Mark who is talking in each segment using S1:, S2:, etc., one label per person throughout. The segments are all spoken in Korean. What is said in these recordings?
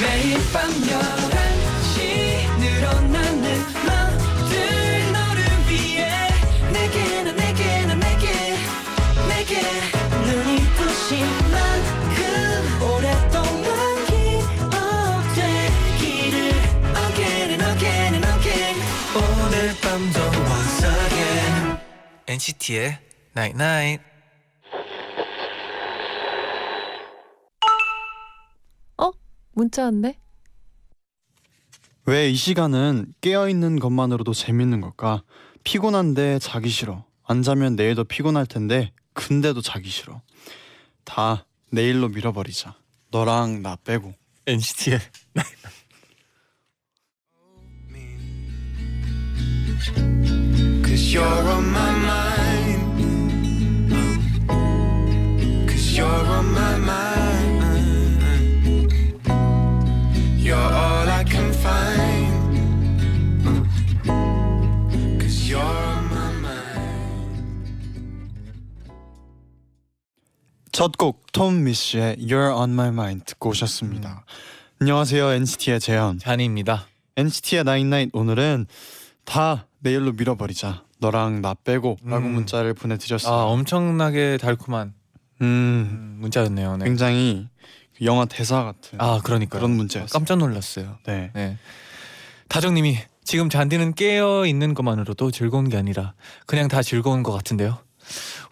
S1: 매일 밤 11시 늘어나는 맘들 너를 위해 내게 난 내게 난 내게 내게 눈이 부신 만큼 오랫동안 기억되기를 Again and again and again 오늘 밤도 once again
S2: NCT의 Night Night.
S3: 어? 문자 왔네?
S4: 왜 이 시간은 깨어있는 것만으로도 재밌는 걸까? 피곤한데 자기 싫어. 안 자면 내일도 피곤할 텐데 근데도 자기 싫어. 다 내일로 밀어버리자. 너랑 나 빼고.
S2: NCT의
S5: Cause you're on my mind. Cause you're on my mind. You're all I can find. Cause you're on my mind.
S4: 첫 곡 톰 미쉬의 You're on my mind 듣고 오셨습니다. 안녕하세요 NCT의 재현.
S2: 잔입니다.
S4: NCT의 나인나인 오늘은 다 내일로 밀어버리자. 너랑 나 빼고라고
S2: 음.
S4: 문자를
S2: 아
S4: 보내드렸어요.
S2: 엄청나게 달콤한
S4: 음,
S2: 음, 문자였네요. 네.
S4: 굉장히 그 영화 대사 같은
S2: 아 그러니까
S4: 그런 문제였어요.
S2: 깜짝 놀랐어요.
S4: 네.
S2: 네. 다정님이 지금 잔디는 깨어 있는 것만으로도 즐거운 게 아니라 그냥 다 즐거운 것 같은데요.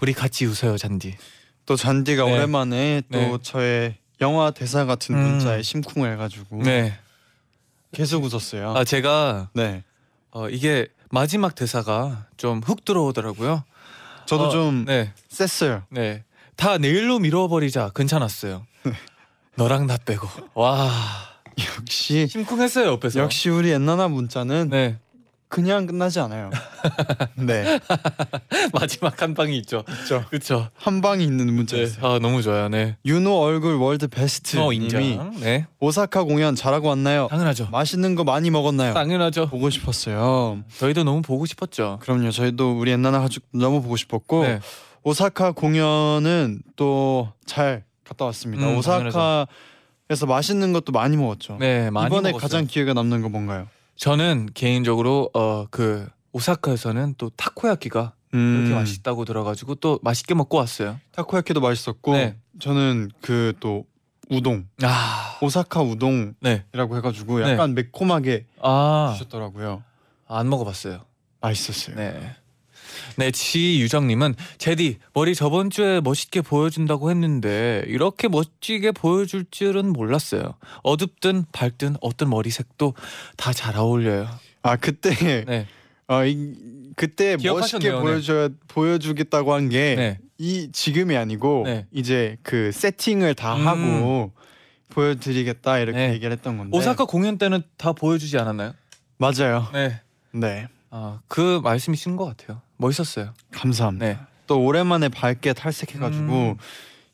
S2: 우리 같이 웃어요 잔디.
S4: 또 잔디가
S2: 네.
S4: 오랜만에 또
S2: 네.
S4: 저의 영화 대사 같은
S2: 음.
S4: 문자에 심쿵을 해가지고
S2: 네.
S4: 계속 웃었어요.
S2: 아 제가
S4: 네,
S2: 어, 이게 마지막 대사가 좀 훅 들어오더라고요.
S4: 저도
S2: 어,
S4: 좀
S2: 네.
S4: 셌어요.
S2: 네. 다 내일로 미뤄버리자. 괜찮았어요. 너랑 나 빼고. 와.
S4: 역시
S2: 심쿵했어요 옆에서.
S4: 역시 우리 엔나나 문자는
S2: 네.
S4: 그냥 끝나지 않아요. 네,
S2: 마지막 한 방이 있죠.
S4: 그렇죠.
S2: 그렇죠.
S4: 한 방이 있는
S2: 네.
S4: 문자였어요.
S2: 아 너무 좋아요. 네.
S4: 윤호 얼굴 월드 베스트
S2: 어
S4: 님이
S2: 인정. 아. 네.
S4: 오사카 공연 잘하고 왔나요?
S2: 당연하죠.
S4: 맛있는 거 많이 먹었나요?
S2: 당연하죠.
S4: 보고 싶었어요.
S2: 저희도 너무 보고 싶었죠.
S4: 그럼요. 저희도 우리 엔나나 가족 너무 보고 싶었고
S2: 네.
S4: 오사카 공연은 또 잘 갔다 왔습니다.
S2: 음,
S4: 오사카에서 맛있는 것도 많이 먹었죠.
S2: 네. 많이
S4: 이번에
S2: 먹었어요.
S4: 가장 기회가 남는 거 뭔가요?
S2: 저는 개인적으로 어 그 오사카에서는 또 타코야키가 이렇게 맛있다고 들어가지고 또 맛있게 먹고 왔어요.
S4: 음, 타코야키도 맛있었고
S2: 네.
S4: 저는 그 또 우동
S2: 아.
S4: 오사카 우동이라고
S2: 네.
S4: 해가지고
S2: 네.
S4: 약간 매콤하게
S2: 아.
S4: 주셨더라고요.
S2: 안 먹어봤어요.
S4: 맛있었어요.
S2: 네. 네, 지유정님은 제디 머리 저번 주에 멋있게 보여준다고 했는데 이렇게 멋지게 보여줄 줄은 몰랐어요. 어둡든 밝든 어떤 머리색도 다 잘 어울려요.
S4: 아 그때
S2: 네,
S4: 아, 이, 그때 멋있게
S2: 기억하셨네요. 네.
S4: 보여줘야 보여주겠다고 한 게 이
S2: 네,
S4: 지금이 아니고
S2: 네.
S4: 이제 그 세팅을 다
S2: 음.
S4: 하고 보여드리겠다 이렇게
S2: 네.
S4: 얘기를 했던 건데
S2: 오사카 공연 때는 다 보여주지 않았나요?
S4: 맞아요.
S2: 네,
S4: 네
S2: 아, 그 말씀이신 것 같아요. 멋있었어요.
S4: 감사합니다.
S2: 네,
S4: 또 오랜만에 밝게 탈색해가지고
S2: 음.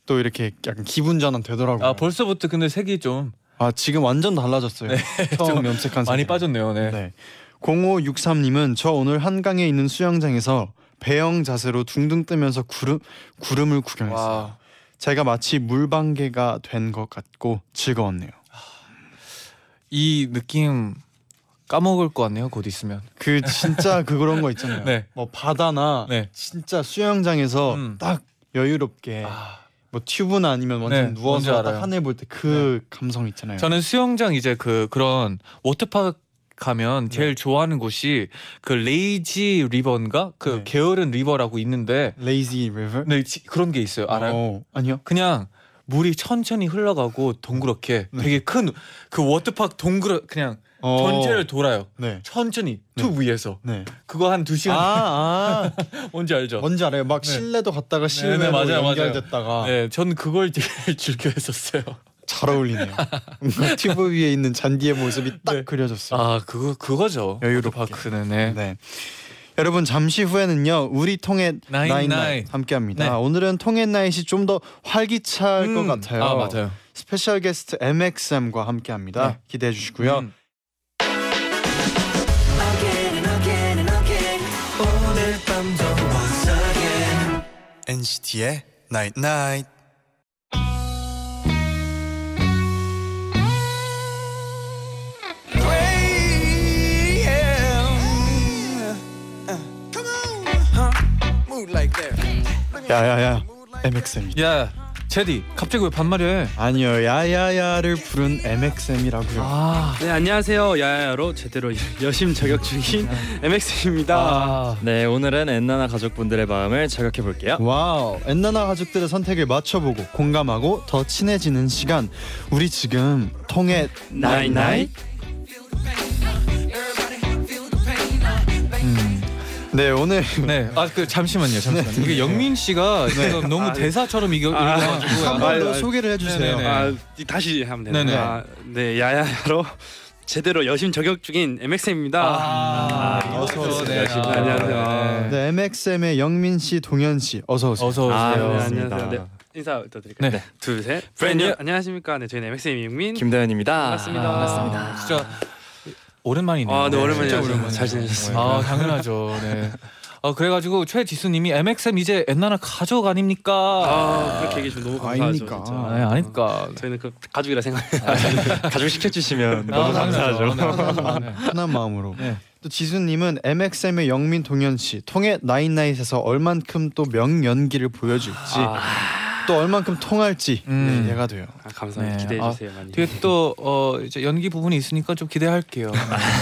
S4: 또 이렇게 약간 기분 전환 되더라고요.
S2: 아
S4: 아,
S2: 벌써부터 근데 색이 좀
S4: 지금 완전 달라졌어요. 처음 염색한
S2: 네. 많이
S4: 색이랑.
S2: 빠졌네요. 네,
S4: 네. 0563님은 저 오늘 한강에 있는 수영장에서 배영 자세로 둥둥 뜨면서 구름 구름을 구경했어요.
S2: 와,
S4: 제가 마치 물방개가 된 것 같고 즐거웠네요.
S2: 이 느낌 까먹을 것 같네요. 곧 있으면.
S4: 그 진짜 그 그런 거 있잖아요.
S2: 네.
S4: 뭐 바다나
S2: 네.
S4: 진짜 수영장에서
S2: 음.
S4: 딱 여유롭게
S2: 아.
S4: 뭐 튜브나 아니면 완전
S2: 네, 뭔지
S4: 누워서
S2: 알아요. 네.
S4: 딱 하늘 볼 때 그 감성 있잖아요.
S2: 저는 수영장 이제 그 그런 워터파크 가면 제일 좋아하는 곳이 그 레이지 리버인가 그
S4: 네.
S2: 게으른 리버라고 있는데
S4: 레이지 리버?
S2: 네 지- 그런 게 있어요 알아요?
S4: 어, 아니요.
S2: 그냥 물이 천천히 흘러가고 동그랗게
S4: 네.
S2: 되게 큰 그 워터파크 동그랗 그냥
S4: 어.
S2: 전체를 돌아요
S4: 네.
S2: 천천히 툭 위에서
S4: 네.
S2: 그거 한 두
S4: 아,
S2: 시간
S4: 아.
S2: 뭔지 알죠?
S4: 뭔지 알아요. 막
S2: 네.
S4: 실내도 갔다가 실외로
S2: 네, 맞아요, 맞아요.
S4: 연결됐다가
S2: 네, 전 그걸 제일 즐겨했었어요.
S4: 잘 어울리네요. 뭔가 튜브 위에 있는 잔디의 모습이 딱
S2: 네.
S4: 그려졌어요.
S2: 아 그거 그거죠.
S4: 여유롭게.
S2: 워터파크는 네.
S4: 네. 여러분 잠시 후에는요 우리 통의
S2: 나인
S4: 나인
S2: 나인.
S4: 나인 함께합니다.
S2: 네.
S4: 오늘은 통의 나잇이 좀 더 활기차할 것
S2: 음,
S4: 같아요.
S2: 아 맞아요.
S4: 스페셜 게스트 MXM과 함께합니다.
S2: 네.
S4: 기대해 주시고요.
S2: 음.
S1: Again and again and again 오늘 밤도 once again
S4: NCT의 나잇 나잇. 야야야 MXM이다
S2: 야 제디 갑자기 왜 반말해?
S4: 아니요 야야야를 부른 MXM이라고요
S2: 아,
S6: 네 안녕하세요 야야로 제대로 여심 저격 중인 MX입니다.
S2: 아
S7: 네 오늘은 엔나나 가족분들의 마음을 저격해 볼게요.
S4: 와우 엔나나 가족들의 선택을 맞춰보고 공감하고 더 친해지는 시간 우리 지금 통해
S6: 나이 나이
S4: 네 오늘
S2: 네. 아 그 잠시만요. 잠시만요. 이게 영민 씨가 지금 너무
S6: 아,
S2: 대사처럼 이겨
S6: 아,
S2: 읽어가지고
S4: 한
S2: 약간
S4: 번 더
S6: 아,
S4: 소개를 해주세요
S2: 네네네.
S6: 아 이- 다시 하면 되나요?
S2: 네네.
S6: 아, 네 야야로 제대로 여심 저격 중인 MX입니다.
S2: 아,
S6: 아,
S2: 어서 오세요.
S6: 네,
S2: 아,
S6: 안녕하세요.
S4: 네 MXM의 영민 씨, 동현 씨 어서 오세요.
S2: 어서
S6: 아, 네,
S2: 오세요.
S6: 안녕하세요. 네, 인사 부탁드릴게요.
S2: 네.
S6: 둘셋
S2: 브랜뉴.
S6: 브랜뉴 안녕하십니까? 네 저희는 MXM 영민
S7: 김다현입니다.
S6: 반갑습니다.
S2: 아, 진짜 오랜만이네요.
S6: 아, 네, 오랜만이에요.
S2: 진짜
S6: 잘 지내셨습니까?
S2: 아 당연하죠. 네. 아 그래가지고 최지수님이 MXM 이제 옛날나 가족 아닙니까?
S6: 아 그렇게 얘기 좀 너무 감사하죠.
S4: 아닙니까.
S6: 진짜.
S2: 아, 네, 아니까.
S6: 저희는 그 가족이라 생각.
S7: 아, 네. 가족 시켜주시면
S2: 아,
S7: 너무
S2: 당연하죠.
S7: 감사하죠.
S2: 네.
S4: 편한 마음으로.
S2: 네.
S4: 또 지수님은 MXM의 영민, 동현 씨 통해 나인나잇에서 얼만큼 또 명연기를 보여줄지
S6: 아,
S4: 또 얼만큼 통할지
S2: 음.
S4: 네, 예가 돼요.
S6: 아 감사합니다.
S2: 네.
S6: 기대해 주세요 많이.
S2: 뒤에 또 어, 이제 연기 부분이 있으니까 좀 기대할게요.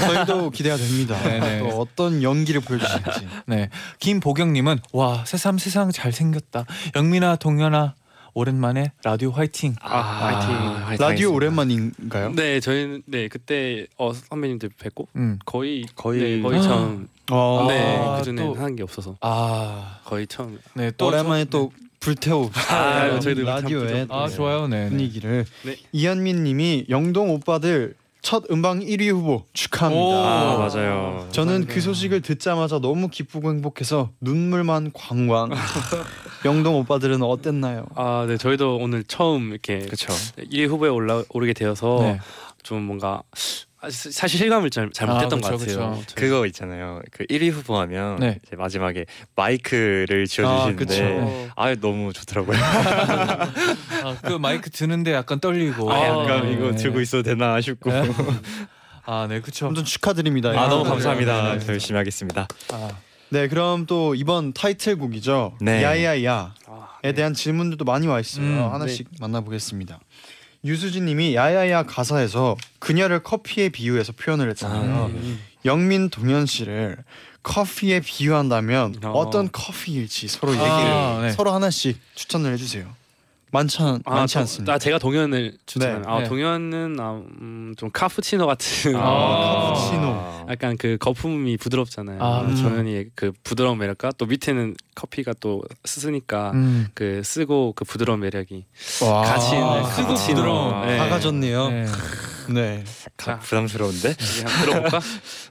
S4: 저희도 기대가 됩니다.
S2: 네네.
S4: 또 어떤 연기를 보여주실지.
S2: 네, 김보경님은 와 새삼 세상 잘 생겼다. 영민아 동현아 오랜만에 라디오 화이팅.
S6: 아, 화이팅.
S4: 라디오 오랜만인가요?
S6: 네 저희는 네 그때 어 선배님들 뵙고
S2: 음.
S6: 거의
S7: 거의-
S6: 네, 거의 처음
S4: 어,
S2: 아,
S6: 네
S2: 또-
S6: 그전에 한게 없어서
S2: 아,
S6: 거의 처음
S2: 네, 또
S4: 오랜만에 또 불태워
S6: 아, 저희도
S4: 라디오에
S6: 참
S2: 저- 아
S4: 또
S2: 좋아요, 네. 네.
S4: 분위기를
S6: 네.
S4: 이현민님이 영동 오빠들 첫 음방 1위 후보 축하합니다.
S7: 아 맞아요.
S4: 저는 그 소식을 듣자마자 너무 기쁘고 행복해서 눈물만 광광. 영동 오빠들은 어땠나요?
S6: 아네 저희도 오늘 처음 이렇게
S7: 그렇죠.
S6: 1위 후보에 올라 오르게 되어서
S2: 네.
S6: 좀 뭔가 아, 사- 사실 실감을 잘, 잘
S2: 아,
S6: 못했던 것
S2: 그쵸,
S6: 같아요. 저희-
S7: 그거 있잖아요. 그 1위 후보하면
S2: 네.
S7: 이제 마지막에 마이크를
S6: 네.
S7: 지어주시는데
S8: 네.
S4: 그쵸.
S7: 아, 너무 좋더라고요.
S2: 아, 그 마이크 드는데 약간 떨리고.
S7: 아,
S6: 약간
S7: 약간 이거
S2: 네.
S7: 들고 있어도 되나 싶고.
S2: 네. 아, 네, 그렇죠.
S4: 아무튼 축하드립니다.
S7: 아 너무
S2: 네.
S7: 감사합니다.
S2: 네.
S7: 더 열심히 하겠습니다.
S2: 아,
S4: 네, 그럼 또 이번 타이틀곡이죠.
S7: 네.
S4: 야야야에
S6: 아,
S4: 대한 질문들도 많이 와 있어요.
S2: 음,
S4: 하나씩 만나보겠습니다. 유수진님이 야야야 가사에서 그녀를 커피에 비유해서 표현을 했잖아요. 영민 동현 씨를 커피에 비유한다면
S6: 어.
S4: 어. 떤 커피일지 서로 얘기를
S2: 아, 네.
S4: 서로 하나씩 추천을 해주세요. 많지 않,
S6: 아,
S4: 많지
S6: 동-
S4: 않습니다.
S6: 아, 제가 동현을 추천해요. 아,
S2: 네.
S6: 동현은 아, 음, 좀 카푸치노 같은
S2: 아,
S4: 카푸치노.
S6: 약간 그 거품이 부드럽잖아요.
S2: 아,
S7: 음.
S4: 그렇죠.
S6: 동현이 그 부드러운 매력과 또 밑에는 커피가 또 쓰니까
S2: 음.
S6: 그 쓰고 그 부드러운 매력이
S4: 와.
S6: 같이 있는
S2: 아, 쓰고
S6: 카푸치노.
S2: 부드러운.
S6: 네.
S4: 박아졌네요.
S2: 네.
S4: 네.
S7: 가- 부담스러운데
S6: 이제 한번 들어볼까?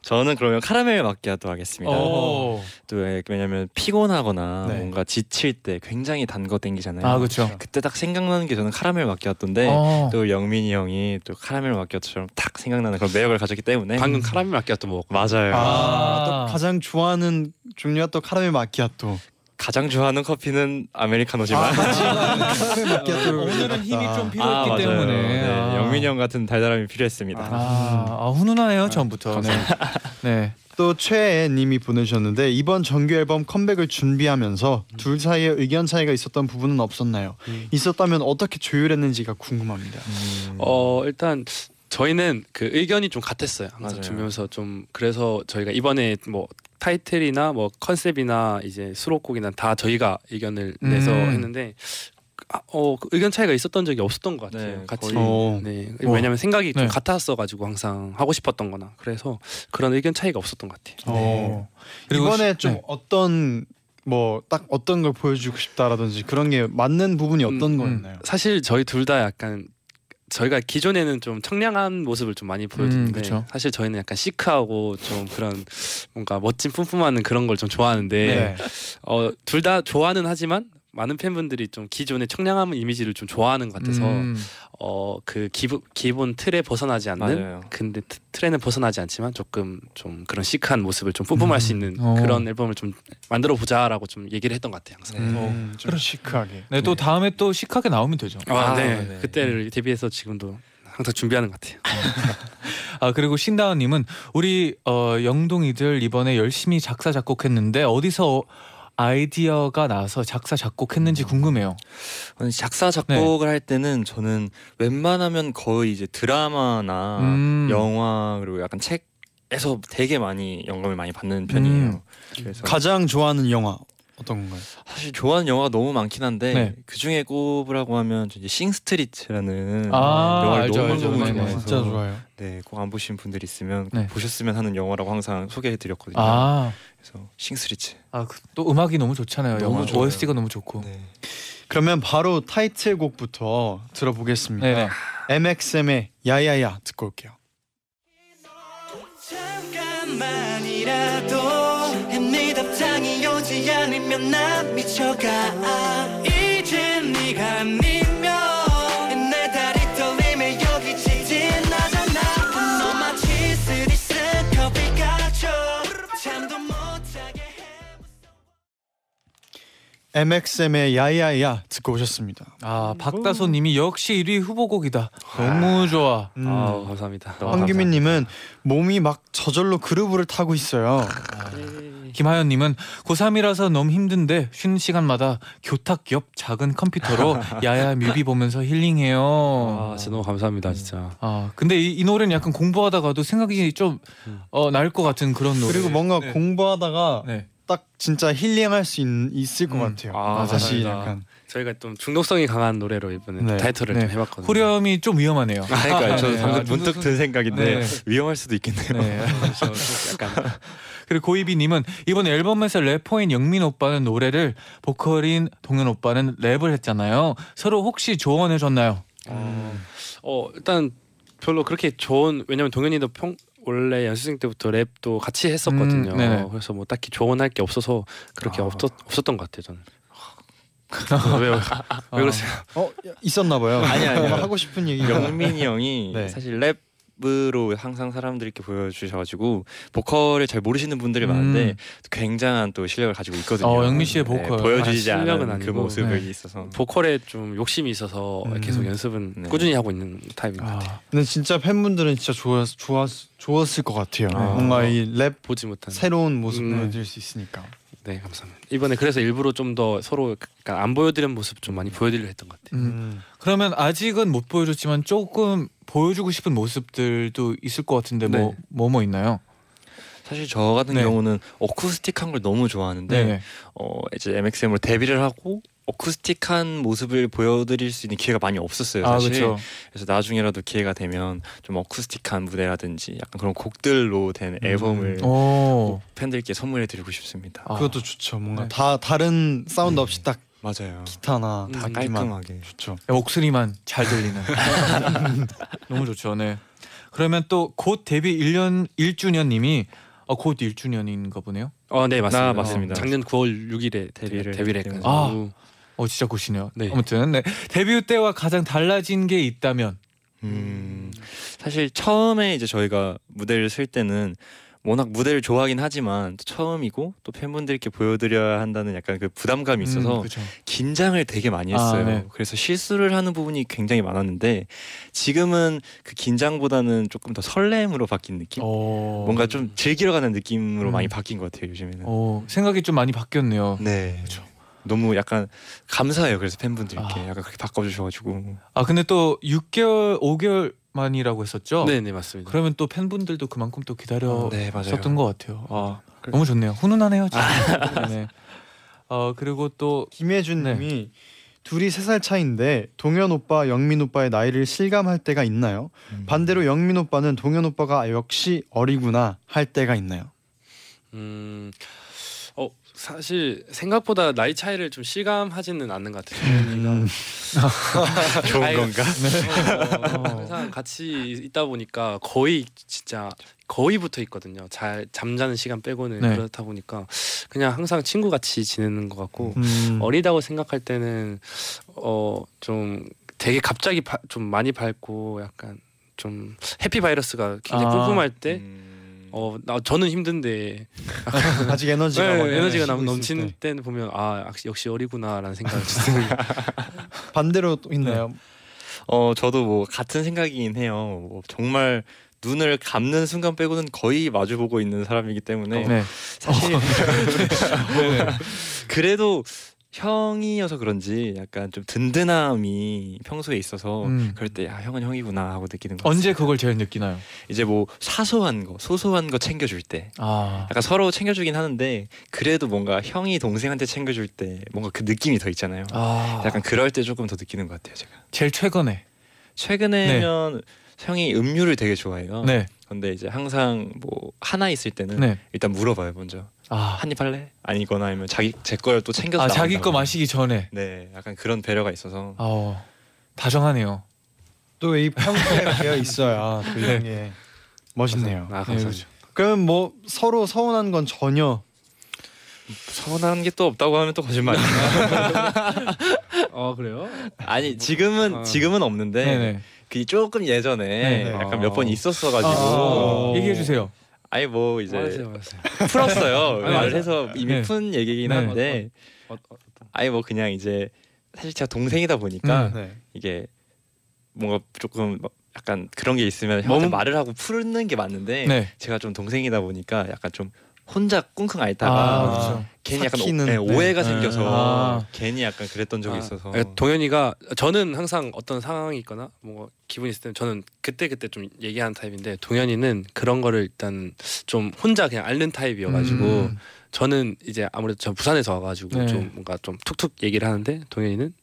S7: 저는 그러면 카라멜 마키아토 하겠습니다.
S2: 오.
S7: 또 왜- 왜냐면 피곤하거나
S4: 네.
S7: 뭔가 지칠 때 굉장히 단 거
S8: 네.
S7: 땡기잖아요.
S2: 아, 그렇죠.
S7: 그때 딱 생각나는 게 저는 카라멜 마키아토인데
S2: 어.
S7: 또 영민이 형이 또 카라멜 마키아토처럼 딱 생각나는 그런 매력을 가졌기 때문에
S6: 방금 카라멜 아껴도 먹었고.
S7: 맞아요.
S4: 아,
S2: 아.
S4: 또 가장 좋아하는 종류가 또 카라멜 마키아토.
S7: 가장 좋아하는 커피는 아메리카노지만
S4: 카라멜 마키아토.
S2: 어, 오늘은 힘이 좀 필요했기
S7: 맞아요.
S2: 때문에.
S7: 네,
S2: 아.
S7: 영민이 형 같은 달달함이 필요했습니다.
S2: 아, 아 훈훈하네요, 전부터. 네. 네.
S4: 또 최애님이 보내주셨는데 이번 정규 앨범 컴백을 준비하면서 둘 사이에 의견 차이가 있었던 부분은 없었나요?
S6: 음.
S4: 있었다면 어떻게 조율했는지가 궁금합니다.
S2: 음.
S6: 어 일단 저희는 그 의견이 좀 같았어요. 항상
S7: 맞아요.
S6: 주면서 좀 그래서 저희가 이번에 뭐 타이틀이나 뭐 컨셉이나 이제 수록곡이나 다 저희가 의견을
S2: 음.
S6: 내서 했는데 아, 어그 의견 차이가 있었던 적이 없었던 것 같아요.
S7: 네, 거의.
S6: 같이
S4: 어.
S6: 네
S2: 와.
S6: 왜냐면 생각이 좀
S2: 네.
S6: 같았어가지고 항상 하고 싶었던거나 그래서 그런 의견 차이가 없었던 것 같아요.
S4: 어.
S2: 그리고
S4: 이번에
S2: 시-
S4: 좀
S2: 네.
S4: 어떤 뭐 딱 어떤 걸 보여주고 싶다라든지 그런 게 맞는 부분이 어떤
S6: 음,
S4: 거였나요?
S6: 사실 저희 둘 다 약간 저희가 기존에는 좀 청량한 모습을 좀 많이
S2: 음,
S6: 보여줬는데
S2: 그쵸.
S6: 사실 저희는 약간 시크하고 좀 그런 뭔가 멋진 뿜뿜하는 그런 걸 좀 좋아하는데
S2: 네.
S4: 네.
S6: 어, 둘 다 좋아는 하지만 많은 팬분들이 좀 기존의 청량함 이미지를 좀 좋아하는 것 같아서
S2: 음.
S6: 어, 그 기부, 기본 틀에 벗어나지
S8: 네?
S6: 않는
S7: 맞아요.
S6: 근데 트- 틀에는 벗어나지 않지만 조금 좀 그런 시크한 모습을 좀 뿜뿜할 수 있는
S2: 어.
S6: 그런 앨범을 좀 만들어 보자라고 좀 얘기를 했던 것 같아요 항상.
S2: 음.
S4: 음, 좀 시크하게.
S2: 네, 또 다음에 또 시크하게 나오면 되죠.
S6: 아,
S7: 아,
S6: 네.
S7: 네.
S6: 그때를 대비해서 지금도 항상 준비하는 것 같아요.
S2: 아 그리고 신다은님은 우리 어, 영동이들 이번에 열심히 작사 작곡했는데 어디서 아이디어가 나서 작사 작곡했는지 궁금해요.
S8: 아니, 작사
S2: 네.
S8: 작곡을 할 때는 저는 웬만하면 거의 이제 드라마나
S2: 음.
S8: 영화 그리고 약간 책에서 되게 많이 영감을 많이 받는 편이에요.
S2: 음.
S8: 그래서
S4: 가장 좋아하는 영화 어떤 건가요?
S8: 사실 좋아하는 영화가 너무 많긴 한데
S2: 네.
S8: 그 중에 꼽으라고 하면 저 이제 싱 스트리트라는
S2: 아,
S8: 영화를
S2: 알죠,
S8: 너무
S2: 알죠.
S8: 너무
S2: 네, 네.
S8: 좋아해서
S4: 진짜 좋아요.
S8: 네, 꼭 안 보신 분들 있으면 꼭
S2: 네.
S8: 보셨으면 하는 영화라고 항상 소개해드렸거든요.
S2: 아,
S8: 그래서 싱 스트리트.
S2: 아, 그, 또 음악이 너무 좋잖아요.
S8: 너무
S2: 영화
S8: 좋아요.
S2: OST가 너무 좋고.
S8: 네.
S4: 그러면 바로 타이틀곡부터 들어보겠습니다.
S2: 네.
S4: MXM의 야야야 듣고 올게요.
S1: 잠깐만이라도 네 답장이 오지 않으면 난 미쳐가 이제 네가 아니면 내 다리 떨림에 여기 직진하잖아 너 마치 스리스 커피 가져 잠도 못 자게 해
S4: MXM의 야야야 듣고 오셨습니다.
S2: 아, 박다솜님이 역시 1위 후보곡이다. 너무 좋아.
S4: 음.
S6: 아 감사합니다.
S7: 너무
S4: 황규민님은 몸이 막 저절로 그루브를 타고 있어요.
S2: 김하연님은 고3이라서 너무 힘든데 쉬는 시간마다 교탁 옆 작은 컴퓨터로 야야 뮤비 보면서 힐링해요.
S6: 아 진짜 너무 감사합니다 진짜.
S2: 아 근데 이, 이 노래는 약간 공부하다가도 생각이 좀
S6: 음.
S2: 어, 나을 것 같은 그런 노래.
S4: 그리고 뭔가
S2: 네.
S4: 공부하다가
S2: 네.
S4: 딱 진짜 힐링할 수 있, 을것
S2: 음.
S4: 같아요.
S6: 아,
S4: 다시
S6: 감사합니다.
S4: 약간
S6: 저희가 좀 중독성이 강한 노래로 이번에
S4: 네.
S6: 타이틀을
S2: 네.
S6: 좀 해봤거든요.
S2: 후렴이 좀 위험하네요.
S8: 그러니까
S2: 아,
S8: 요 저도
S2: 네.
S8: 방금
S2: 아,
S8: 문득 든 생각인데
S2: 네.
S8: 위험할 수도 있겠네요.
S2: 네.
S6: 저 좀 약간
S2: 그리고 고이비님은 이번 앨범에서 래퍼인 영민 오빠는 노래를 보컬인 동현 오빠는 랩을 했잖아요. 서로 혹시 조언해 줬나요?
S6: 어 일단 별로 그렇게 좋은 왜냐면 동현이도 평 원래 연습생 때부터 랩도 같이 했었거든요.
S2: 음, 네네.
S6: 그래서 뭐 딱히 조언할 게 없어서 그렇게
S8: 아.
S6: 없었 없었던 것 같아요 저는. 왜요? 왜 그러세요?
S4: 어 있었나 봐요.
S8: 아니, 아니요.
S4: 뭔가 하고 싶은 얘기.
S8: 영민이 형이
S4: 네.
S8: 사실 랩으로 항상 사람들이 이렇게 보여주셔가지고 보컬을 잘 모르시는 분들이
S2: 음.
S8: 많은데 굉장한 또 실력을 가지고 있거든요. 네,
S2: 어, 영민 씨의 보컬.
S8: 보여주지
S6: 아, 실력은
S8: 않은 그
S6: 아니고.
S8: 모습이
S2: 네.
S8: 있어서
S6: 보컬에 좀 욕심이 있어서
S4: 음.
S6: 계속 연습은
S8: 네.
S6: 꾸준히 하고 있는 타입인 것 같아요.
S4: 근데 진짜 팬분들은 진짜 좋았 좋았 좋았을 것 같아요.
S8: 아.
S4: 뭔가 이 랩
S6: 보지 못한.
S4: 새로운 모습
S6: 음.
S4: 보여드릴 수 있으니까.
S6: 네 감사합니다. 이번에 그래서 일부러 좀 더 서로 약간 안 보여드린 모습 좀 많이 보여드리려 했던 것 같아요.
S2: 음. 그러면 아직은 못 보여줬지만 조금 보여주고 싶은 모습들도 있을 것 같은데 뭐
S6: 네.
S2: 뭐 뭐 있나요?
S8: 사실 저 같은
S2: 네.
S8: 경우는 어쿠스틱한 걸 너무 좋아하는데 어, 이제 MXM으로 데뷔를 하고 어쿠스틱한 모습을 보여드릴 수 있는 기회가 많이 없었어요.
S2: 아
S8: 네, 사실.
S2: 그렇죠.
S8: 그래서 나중에라도 기회가 되면 좀 어쿠스틱한 무대라든지 약간 그런 곡들로 된 앨범을 어.
S2: 오.
S8: 팬들께 선물해 드리고 싶습니다.
S2: 아.
S4: 그것도 좋죠. 뭔가
S2: 네.
S4: 다 다른 사운드 없이 딱
S8: 맞아요.
S4: 기타나
S8: 다
S4: 악기만.
S8: 깔끔하게.
S4: 좋죠.
S2: 목소리만 잘 들리는. 너무 좋죠. 네. 그러면 또 곧 데뷔 1년 1주년 님이 어, 곧 1주년인가 보네요.
S6: 어네 맞습니다.
S8: 아, 맞습니다.
S6: 작년 9월 6일에 데뷔를
S8: 데뷔를
S6: 데뷔를 했거든요.
S2: 아. 어 진짜 곧이네요.
S6: 네.
S2: 아무튼 네. 데뷔 때와 가장 달라진 게 있다면
S8: 음, 사실 처음에 이제 저희가 무대를 쓸 때는 워낙 무대를 좋아하긴 하지만 또 처음이고 또 팬분들께 보여드려야 한다는 약간 그 부담감이 있어서
S2: 음, 그쵸.
S8: 긴장을 되게 많이
S2: 아,
S8: 했어요.
S2: 네.
S8: 그래서 실수를 하는 부분이 굉장히 많았는데 지금은 그 긴장보다는 조금 더 설렘으로 바뀐 느낌?
S2: 어.
S8: 뭔가 좀 즐기러 가는 느낌으로
S2: 음.
S8: 많이 바뀐 것 같아요 요즘에는.
S2: 어, 생각이 좀 많이 바뀌었네요.
S8: 네. 너무 약간 감사해요. 그래서 팬분들께
S2: 아.
S8: 약간 그렇게 바꿔주셔가지고.
S2: 아 근데 또 6개월 5개월 만이라고 했었죠?
S6: 네네 맞습니다.
S2: 그러면 또 팬분들도 그만큼 또 기다려
S8: 네 맞아요.
S2: 있었던 것 같아요. 아
S8: 그래.
S2: 너무 좋네요. 훈훈하네요. 진짜. 네. 어 그리고 또 네.
S4: 김혜준님이 둘이 세 살 차인데 동현 오빠, 영민 오빠의 나이를 실감할 때가 있나요?
S8: 음.
S4: 반대로 영민 오빠는 동현 오빠가 역시 어리구나 할 때가 있나요?
S6: 음, 어 사실 생각보다 나이 차이를 좀 실감하지는 않는 것 같아요.
S4: 음,
S8: 좋은
S6: 아이,
S8: 건가?
S6: 어, 항상 같이 있다 보니까 거의 진짜 거의 붙어 있거든요. 잘 잠자는 시간 빼고는
S2: 네.
S6: 그렇다 보니까 그냥 항상 친구 같이 지내는 것 같고
S4: 음.
S6: 어리다고 생각할 때는 어 좀 되게 갑자기 바- 좀 많이 밝고 약간 좀 해피 바이러스가 굉장히
S2: 아.
S6: 뿜뿜할 때.
S8: 음.
S6: 어, 나 저는 힘든데
S4: 아직 에너지가
S6: 네,
S4: 많이 넘치고
S6: 에너지가 남,
S4: 있을
S6: 넘치는
S4: 때.
S6: 때는 보면 아 역시, 역시 어리구나라는 생각이 드는
S4: 반대로 또 있나요?
S8: 어 저도 뭐 같은 생각이긴 해요. 뭐 정말 눈을 감는 순간 빼고는 거의 마주 보고 있는 사람이기 때문에
S2: 어, 네.
S8: 사실 뭐 그래도 형이어서 그런지 약간 좀 든든함이 평소에 있어서
S2: 음.
S8: 그럴 때 아 형은 형이구나 하고 느끼는 거
S2: 언제 그걸 제일 느끼나요?
S8: 이제 뭐 사소한 거 소소한 거 챙겨줄 때
S2: 아,
S8: 약간 서로 챙겨주긴 하는데 그래도 뭔가 형이 동생한테 챙겨줄 때 뭔가 그 느낌이 더 있잖아요.
S2: 아,
S8: 약간 그럴 때 조금 더 느끼는 것 같아요 제가.
S2: 제일 최근에.
S8: 최근에면 형이 음료를 되게 좋아해요.
S2: 네,
S8: 근데 이제 항상 뭐 하나 있을 때는
S2: 네.
S8: 일단 물어봐요 먼저
S2: 아,
S8: 한 입 할래? 아니거나 아니면 자기 제 거를 또 챙겨서
S2: 아 자기
S8: 나간다거나.
S2: 거 마시기 전에.
S8: 네 약간 그런 배려가 있어서
S2: 아, 어, 다정하네요.
S4: 또 이 평소에 되어 있어야 또 이런 게 네. 멋있네요.
S6: 아 감사합니다.
S4: 그럼 뭐 서로 서운한 건 전혀
S8: 서운한 게 또 없다고 하면 또 거짓말
S6: 어 그래요?
S8: 아니 지금은 지금은 없는데
S2: 네, 네.
S8: 그 조금 예전에
S4: 네네. 아.
S8: 약간 몇 번
S6: 아.
S8: 있었어가지고
S2: 얘기해 주세요.
S8: 아니 뭐
S6: 이제 맞아요,
S8: 이제
S6: 맞아요.
S8: 풀었어요
S6: 아니,
S8: 말을
S6: 맞아요.
S8: 해서 이미
S2: 네.
S8: 푼 얘기긴
S2: 네.
S8: 한데
S6: 어, 어,
S8: 아니 뭐 그냥 이제 사실 제가 동생이다 보니까
S2: 음.
S4: 네.
S8: 이게 뭔가 조금 막 약간 그런 게 있으면 형한테
S6: 너무-
S8: 말을 하고 푸는 게 맞는데
S2: 네.
S8: 제가 좀 동생이다 보니까 약간 좀 혼자 끙끙
S2: 아,
S8: 앓다가
S2: 그렇죠.
S8: 괜히 약간 오,
S4: 삭히는, 네.
S8: 해
S4: 네.
S8: 가 생겨서
S2: 아.
S8: 괜히 약간 그랬던 적이
S6: 아,
S8: 있어서
S6: 그러니까 동현이가 저는 항상 어떤 상황이 있거나 뭐 기분이 있을 때는 저는 그때 그때 좀 얘기하는 타입인데 동현이는 그런 거를 일단 좀 혼자 그냥 앓는 타입이어가지고
S2: 음.
S6: 저는 이제 아무래도 저 부산에서 와가지고
S2: 네.
S6: 좀 뭔가 좀 툭툭 얘기를 하는데 동현이는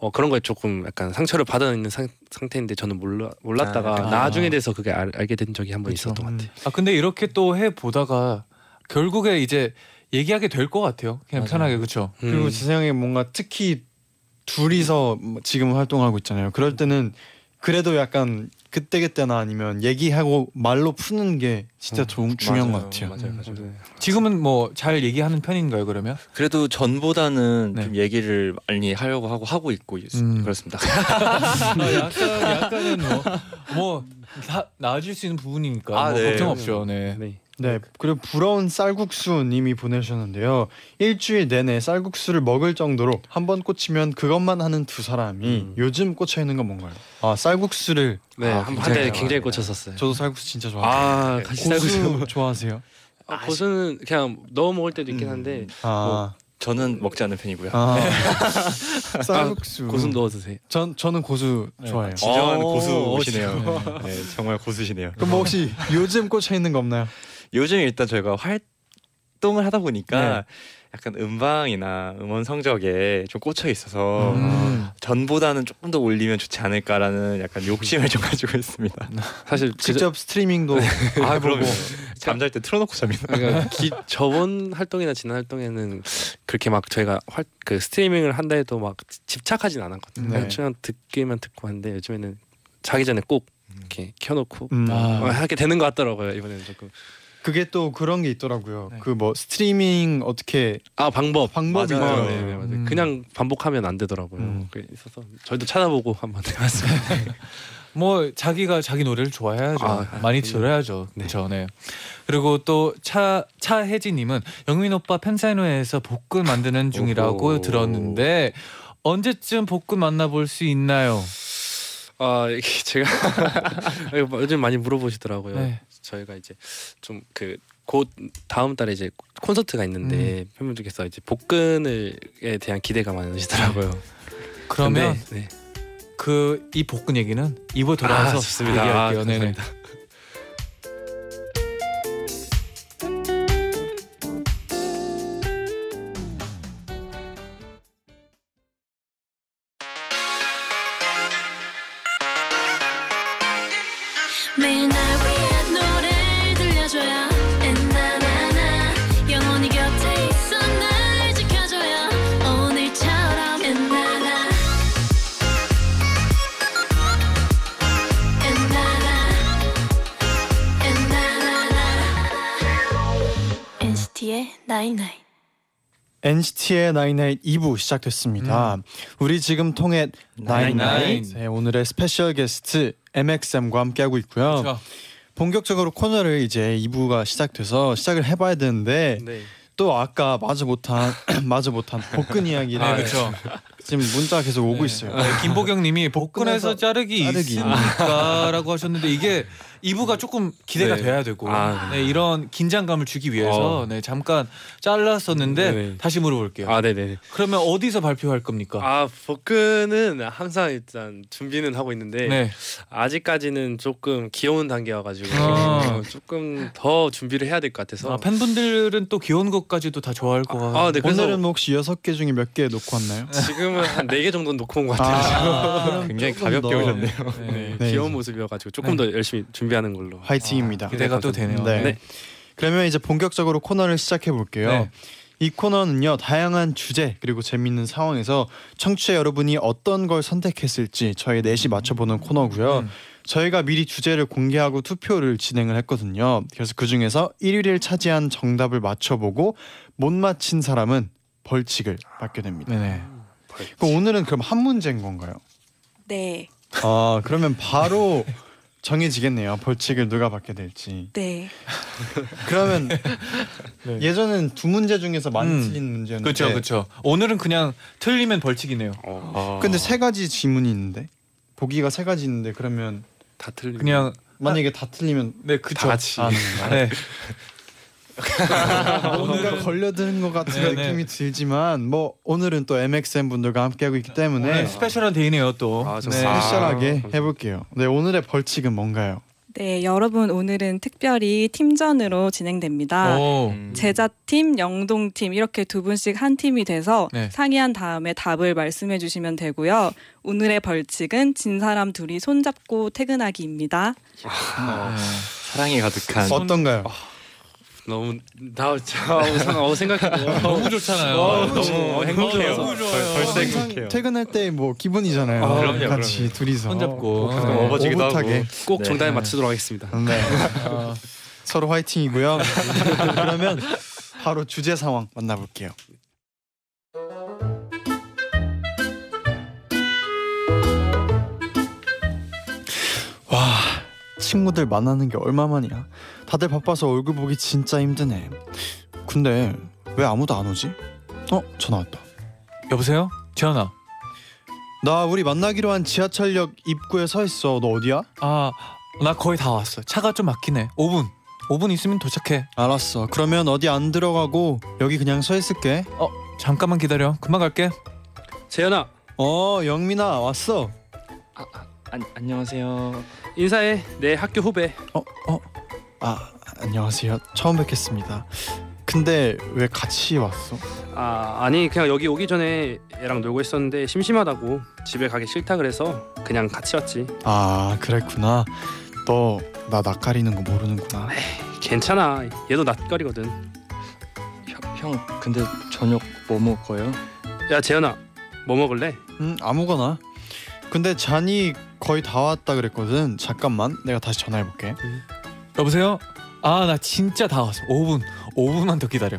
S6: 어 그런 거에 조금 약간 상처를 받아 있는 상, 상태인데 저는 몰라 몰랐다가
S2: 아.
S6: 나중에 돼서 그게 알, 알게 된 적이 한 번
S2: 그쵸.
S6: 있었던 것 같아요.
S2: 아 근데 이렇게 또 해 보다가 결국에 이제 얘기하게 될 것 같아요. 그냥
S8: 맞아요.
S2: 편하게 그렇죠.
S4: 그리고
S6: 음.
S4: 지성이 뭔가 특히 둘이서 뭐 지금 활동하고 있잖아요. 그럴 때는 그래도 약간 그때 그때나 아니면 얘기하고 말로 푸는 게 진짜
S8: 음,
S4: 좋은- 중요한
S8: 맞아요,
S4: 것 같아요.
S8: 맞아요,
S2: 음,
S8: 맞아요.
S2: 지금은 뭐 잘 얘기하는 편인가요 그러면?
S8: 그래도 전보다는
S2: 네.
S8: 좀 얘기를 많이 하려고 하고 하고 있고 있-
S2: 음.
S8: 그렇습니다.
S2: 약간 약간은 뭐뭐 나아질 수 있는 부분이니까
S8: 아,
S2: 뭐
S8: 네.
S2: 걱정 없죠. 네.
S6: 네.
S4: 네. 그리고 부러운 쌀국수님이 보내주셨는데요. 일주일 내내 쌀국수를 먹을 정도로 한 번 꽂히면 그것만 하는 두 사람이
S6: 음.
S4: 요즘 꽂혀 있는 건 뭔가요? 아 쌀국수를
S6: 네,
S8: 아,
S6: 한
S8: 굉장히
S6: 한대 굉장히
S8: 많아요.
S6: 꽂혔었어요.
S4: 저도 쌀국수 진짜 좋아해요.
S6: 아, 같이 살고 있어.
S4: 고수 좋아하세요?
S6: 아, 고수는 그냥 넣어 먹을 때도 있긴
S8: 음.
S6: 한데
S4: 아,
S8: 저는 먹지 않는 편이고요.
S4: 아. 쌀국수.
S6: 고수 넣어 드세요.
S4: 전 저는 고수 좋아해요.
S8: 진정한
S6: 어,
S8: 고수시네요. 네, 정말 고수시네요.
S4: 그럼 뭐 혹시 요즘 꽂혀 있는 거 없나요?
S8: 요즘 일단 저희가 활동을 하다 보니까 약간 음방이나 음원 성적에 좀 꽂혀 있어서
S2: 음.
S8: 전보다는 조금 더 올리면 좋지 않을까라는 약간 욕심을 좀 가지고 있습니다.
S6: 사실 그
S4: 직접 스트리밍도
S8: 네.
S2: 네.
S8: 아 그러면 잠잘 때 틀어놓고 잡니다.
S6: 그러니까 기, 저번 활동이나 지난 활동에는 그렇게 막 저희가 활, 그 스트리밍을 한다 해도 막 지- 집착하진 않았거든요.
S4: 네.
S6: 그냥 그냥 듣기만 듣고 하는데 요즘에는 자기 전에 꼭 이렇게 켜놓고
S4: 음.
S2: 아.
S6: 어, 하게 되는 것 같더라고요. 이번에는 조금
S4: 그게 또 그런 게 있더라고요.
S2: 네.
S4: 그 뭐 스트리밍 어떻게
S6: 아 방법
S4: 방법이
S6: 맞아요.
S4: 있더라고요.
S6: 네, 네, 맞아요.
S2: 음.
S6: 그냥 반복하면 안 되더라고요.
S4: 음.
S6: 그게 있어서 저희도 찾아보고 한번 해봤습니다.
S2: 뭐 자기가 자기 노래를 좋아해야죠.
S6: 아,
S2: 많이
S6: 그럼요.
S2: 들어야죠. 네. 그렇죠. 네. 그리고 또 차 차혜진님은 영민 오빠 팬사인회에서 복근 만드는 중이라고
S8: 오호.
S2: 들었는데 언제쯤 복근 만나볼 수 있나요?
S6: 아 이게 제가 이거 뭐 요즘 많이 물어보시더라고요.
S2: 네.
S6: 저희가 이제 좀 그 곧 다음 달에 이제 콘서트가 있는데
S2: 음.
S6: 팬분들께서 이제 복근을에 대한 기대가 많으시더라고요.
S2: 그러면
S6: 근데, 네.
S2: 그 이 복근 얘기는 입으로
S6: 아,
S2: 돌아와서
S6: 좋습니다.
S2: 얘기할게요.
S6: 아,
S2: 네네.
S9: 매일 날 위한 노래를 들려줘요 엔나나나 영원히 곁에 있어 날 지켜줘요 오늘처럼 엔나나 엔나나 엔나나나 NCT의 나인나인
S4: NCT의 99 2부 시작됐습니다.
S2: 음.
S4: 우리 지금 통해 99 네, 오늘의 스페셜 게스트 MXM과 함께하고 있고요.
S2: 그렇죠.
S4: 본격적으로 코너를 이제 2부가 시작돼서 시작을 해봐야 되는데
S6: 네.
S4: 또 아까 마저 못한 마저 못한 복근 이야기를
S2: 아, 그렇죠. 아,
S4: 지금 문자 계속 오고 있어요.
S2: 네, 김보경님이 네, 복근에서
S4: 복근에서
S2: 자르기
S4: 자르기.
S2: 있습니까라고 하셨는데 이게 2부가 조금 기대가
S6: 네.
S2: 돼야 되고
S6: 아,
S2: 네, 이런 긴장감을 주기 위해서
S6: 어.
S2: 네, 잠깐 잘랐었는데
S6: 네.
S2: 다시 물어볼게요.
S6: 아 네네.
S2: 그러면 어디서 발표할 겁니까?
S6: 아 복근은 항상 일단 준비는 하고 있는데
S2: 네.
S6: 아직까지는 조금 귀여운 단계여가지고
S2: 아.
S6: 어, 조금 더 준비를 해야 될 것 같아서
S2: 아, 팬분들은 또 귀여운 것까지도 다 좋아할 것 같아요.
S6: 어. 아, 네, 그래서-
S4: 오늘은 뭐 혹시 여섯 개 중에 몇 개 놓고 왔나요?
S2: 뭐-
S6: 지금은 한 네 개 정도 는 놓고 온 것 같아요.
S4: 그럼
S8: 굉장히
S4: 조금
S8: 가볍게
S4: 더
S8: 오셨네요.
S2: 네.
S6: 네,
S4: 네.
S6: 귀여운 모습이어가지고 조금 더 열심히 준비하는 걸로.
S4: 화이팅입니다.
S2: 기대가 또 되네요.
S4: 네.
S6: 네.
S4: 그러면 이제 본격적으로 코너를 시작해 볼게요.
S2: 네.
S4: 이 코너는요 다양한 주제 그리고 재밌는 상황에서 청취자 여러분이 어떤 걸 선택했을지 저희 넷이 맞춰보는 코너고요.
S2: 음.
S4: 저희가 미리 주제를 공개하고 투표를 진행을 했거든요. 그래서 그 중에서 1위를 차지한 정답을 맞춰보고 못 맞힌 사람은 벌칙을 받게 됩니다.
S2: 네네.
S4: 아. 그럼 오늘은 그럼 한 문제인 건가요?
S10: 네,
S4: 아 그러면 바로 정해지겠네요. 벌칙을 누가 받게 될지.
S10: 네.
S4: 그러면 예전엔 두 문제 중에서 많이
S2: 네. 음.
S4: 틀린 문제였는데
S2: 그렇죠, 그렇죠. 오늘은 그냥 틀리면 벌칙이네요.
S6: 어,
S4: 아.
S2: 아.
S4: 근데 세 가지 질문이 있는데 보기가 세 가지 있는데 그러면
S6: 다 틀리.
S2: 그냥
S4: 만약에 다 틀리면
S2: 네, 그렇죠.
S6: 다 같이.
S4: 아,
S2: 네.
S4: 뭔가 걸려드는 것 같은
S2: 네, 네.
S4: 느낌이 들지만 뭐 오늘은 또 MXM 분들과 함께하고 있기 때문에
S2: 네, 스페셜한 데이네요 또.
S6: 아,
S4: 네,
S6: 좋습니다.
S2: 네.
S4: 스페셜하게 해볼게요. 네 오늘의 벌칙은 뭔가요?
S10: 네, 여러분 오늘은 특별히 팀전으로 진행됩니다.
S2: 오.
S8: 음.
S10: 제자팀, 영동팀 이렇게 두 분씩 한 팀이 돼서
S2: 네.
S10: 상의한 다음에 답을 말씀해 주시면 되고요. 오늘의 벌칙은 진 사람 둘이 손잡고 퇴근하기입니다.
S8: 사랑이
S4: 아,
S8: 가득한
S4: 어떤가요?
S8: 아,
S6: 너무 나 자, 어, 생각- 어, 생각해도
S2: 너무 좋잖아요.
S6: 어,
S2: 너무
S8: 너무 행복해요.
S2: 너무 좋아요.
S8: 벌- 벌써
S4: 항상
S8: 행복해요.
S4: 퇴근할 때 뭐 기분이잖아요.
S8: 네, 아, 그럼요,
S4: 같이 둘이서
S2: 손잡고.
S4: 네,
S2: 가끔
S8: 업어주기도 하고.
S4: 오붓하게.
S6: 꼭
S8: 네.
S6: 정답에 맞추도록 하겠습니다.
S4: 네. 어, 서로 화이팅이고요. 그러면 바로 주제 상황 만나볼게요. 와, 친구들 만나는 게 얼마만이야. 다들 바빠서 얼굴 보기 진짜 힘드네. 근데 왜 아무도 안 오지? 어, 전화 왔다.
S2: 여보세요? 지현아.
S4: 나 우리 만나기로 한 지하철역 입구에 서 있어. 너 어디야?
S2: 아, 나 거의 다 왔어. 차가 좀 막히네. 5분. 5분 있으면 도착해.
S4: 알았어. 그러면 어디 안 들어가고 여기 그냥 서 있을게.
S2: 잠깐만 기다려. 금방 갈게.
S6: 재현아
S4: 어 영민아 왔어
S7: 아, 안녕하세요.
S6: 인사해. 내 학교 후배.
S4: 어, 아 안녕하세요 처음 뵙겠습니다 근데 왜 같이 왔어
S6: 아 아니 그냥 여기 오기 전에 얘랑 놀고 있었는데 심심하다고 집에 가기 싫다 그래서 그냥 같이 왔지.
S4: 아 그랬구나 너 나 낯가리는 거 모르는구나
S6: 괜찮아. 얘도 낯가리거든.
S7: 형, 형 근데 저녁 뭐 먹어요?
S6: 야 재현아 뭐 먹을래?
S4: 음 아무거나 근데 잔이 거의 다 왔다 그랬거든 잠깐만 내가 다시 전화해 볼게
S2: 여보세요? 아, 나 진짜 다 왔어. 5분. 5분만 더 기다려.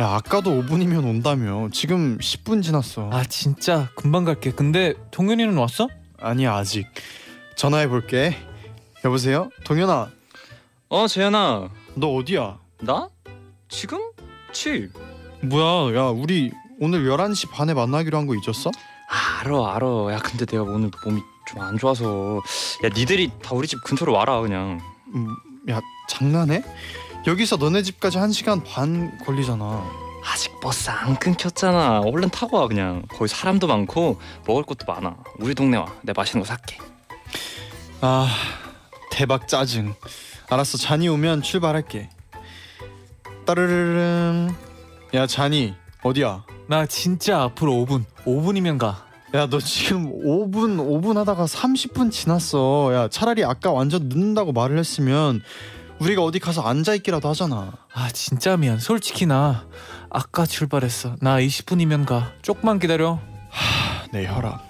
S4: 야 아까도 5분이면 온다며 지금 10분 지났어
S2: 아, 진짜 금방 갈게. 근데 동현이는 왔어?
S4: 아니 아직 전화해 볼게 여보세요 동현아
S8: 어 재현아
S4: 너 어디야
S8: 나 지금 칠
S4: 뭐야 야 우리 오늘 11시 반에 만나기로 한 거 잊었어?
S8: 아, 알어 알어 야 근데 내가 오늘 몸이 좀 안 좋아서 야 니들이 다 우리 집 근처로 와라 그냥
S4: 음, 야 장난해? 여기서 너네 집까지 한 시간 반 걸리잖아.
S8: 아직 버스 안 끊겼잖아 얼른 타고 와 그냥 거기 사람도 많고 먹을 것도 많아 우리 동네 와내 맛있는 거 살게
S4: 아 대박 짜증. 알았어 잔이 오면 출발할게. 따르르릉. 야 잔이 어디야?
S2: 나 진짜 앞으로 5분. 5분이면 가.
S4: 야 너 지금 5분 5분 하다가 30분 지났어. 야 차라리 아까 완전 늦는다고 말을 했으면 우리가 어디 가서 앉아 있기라도 하잖아.
S2: 아, 진짜 미안. 솔직히 나 아까 출발했어. 나 20분이면 가. 조금만 기다려.
S4: 내 네, 혈압.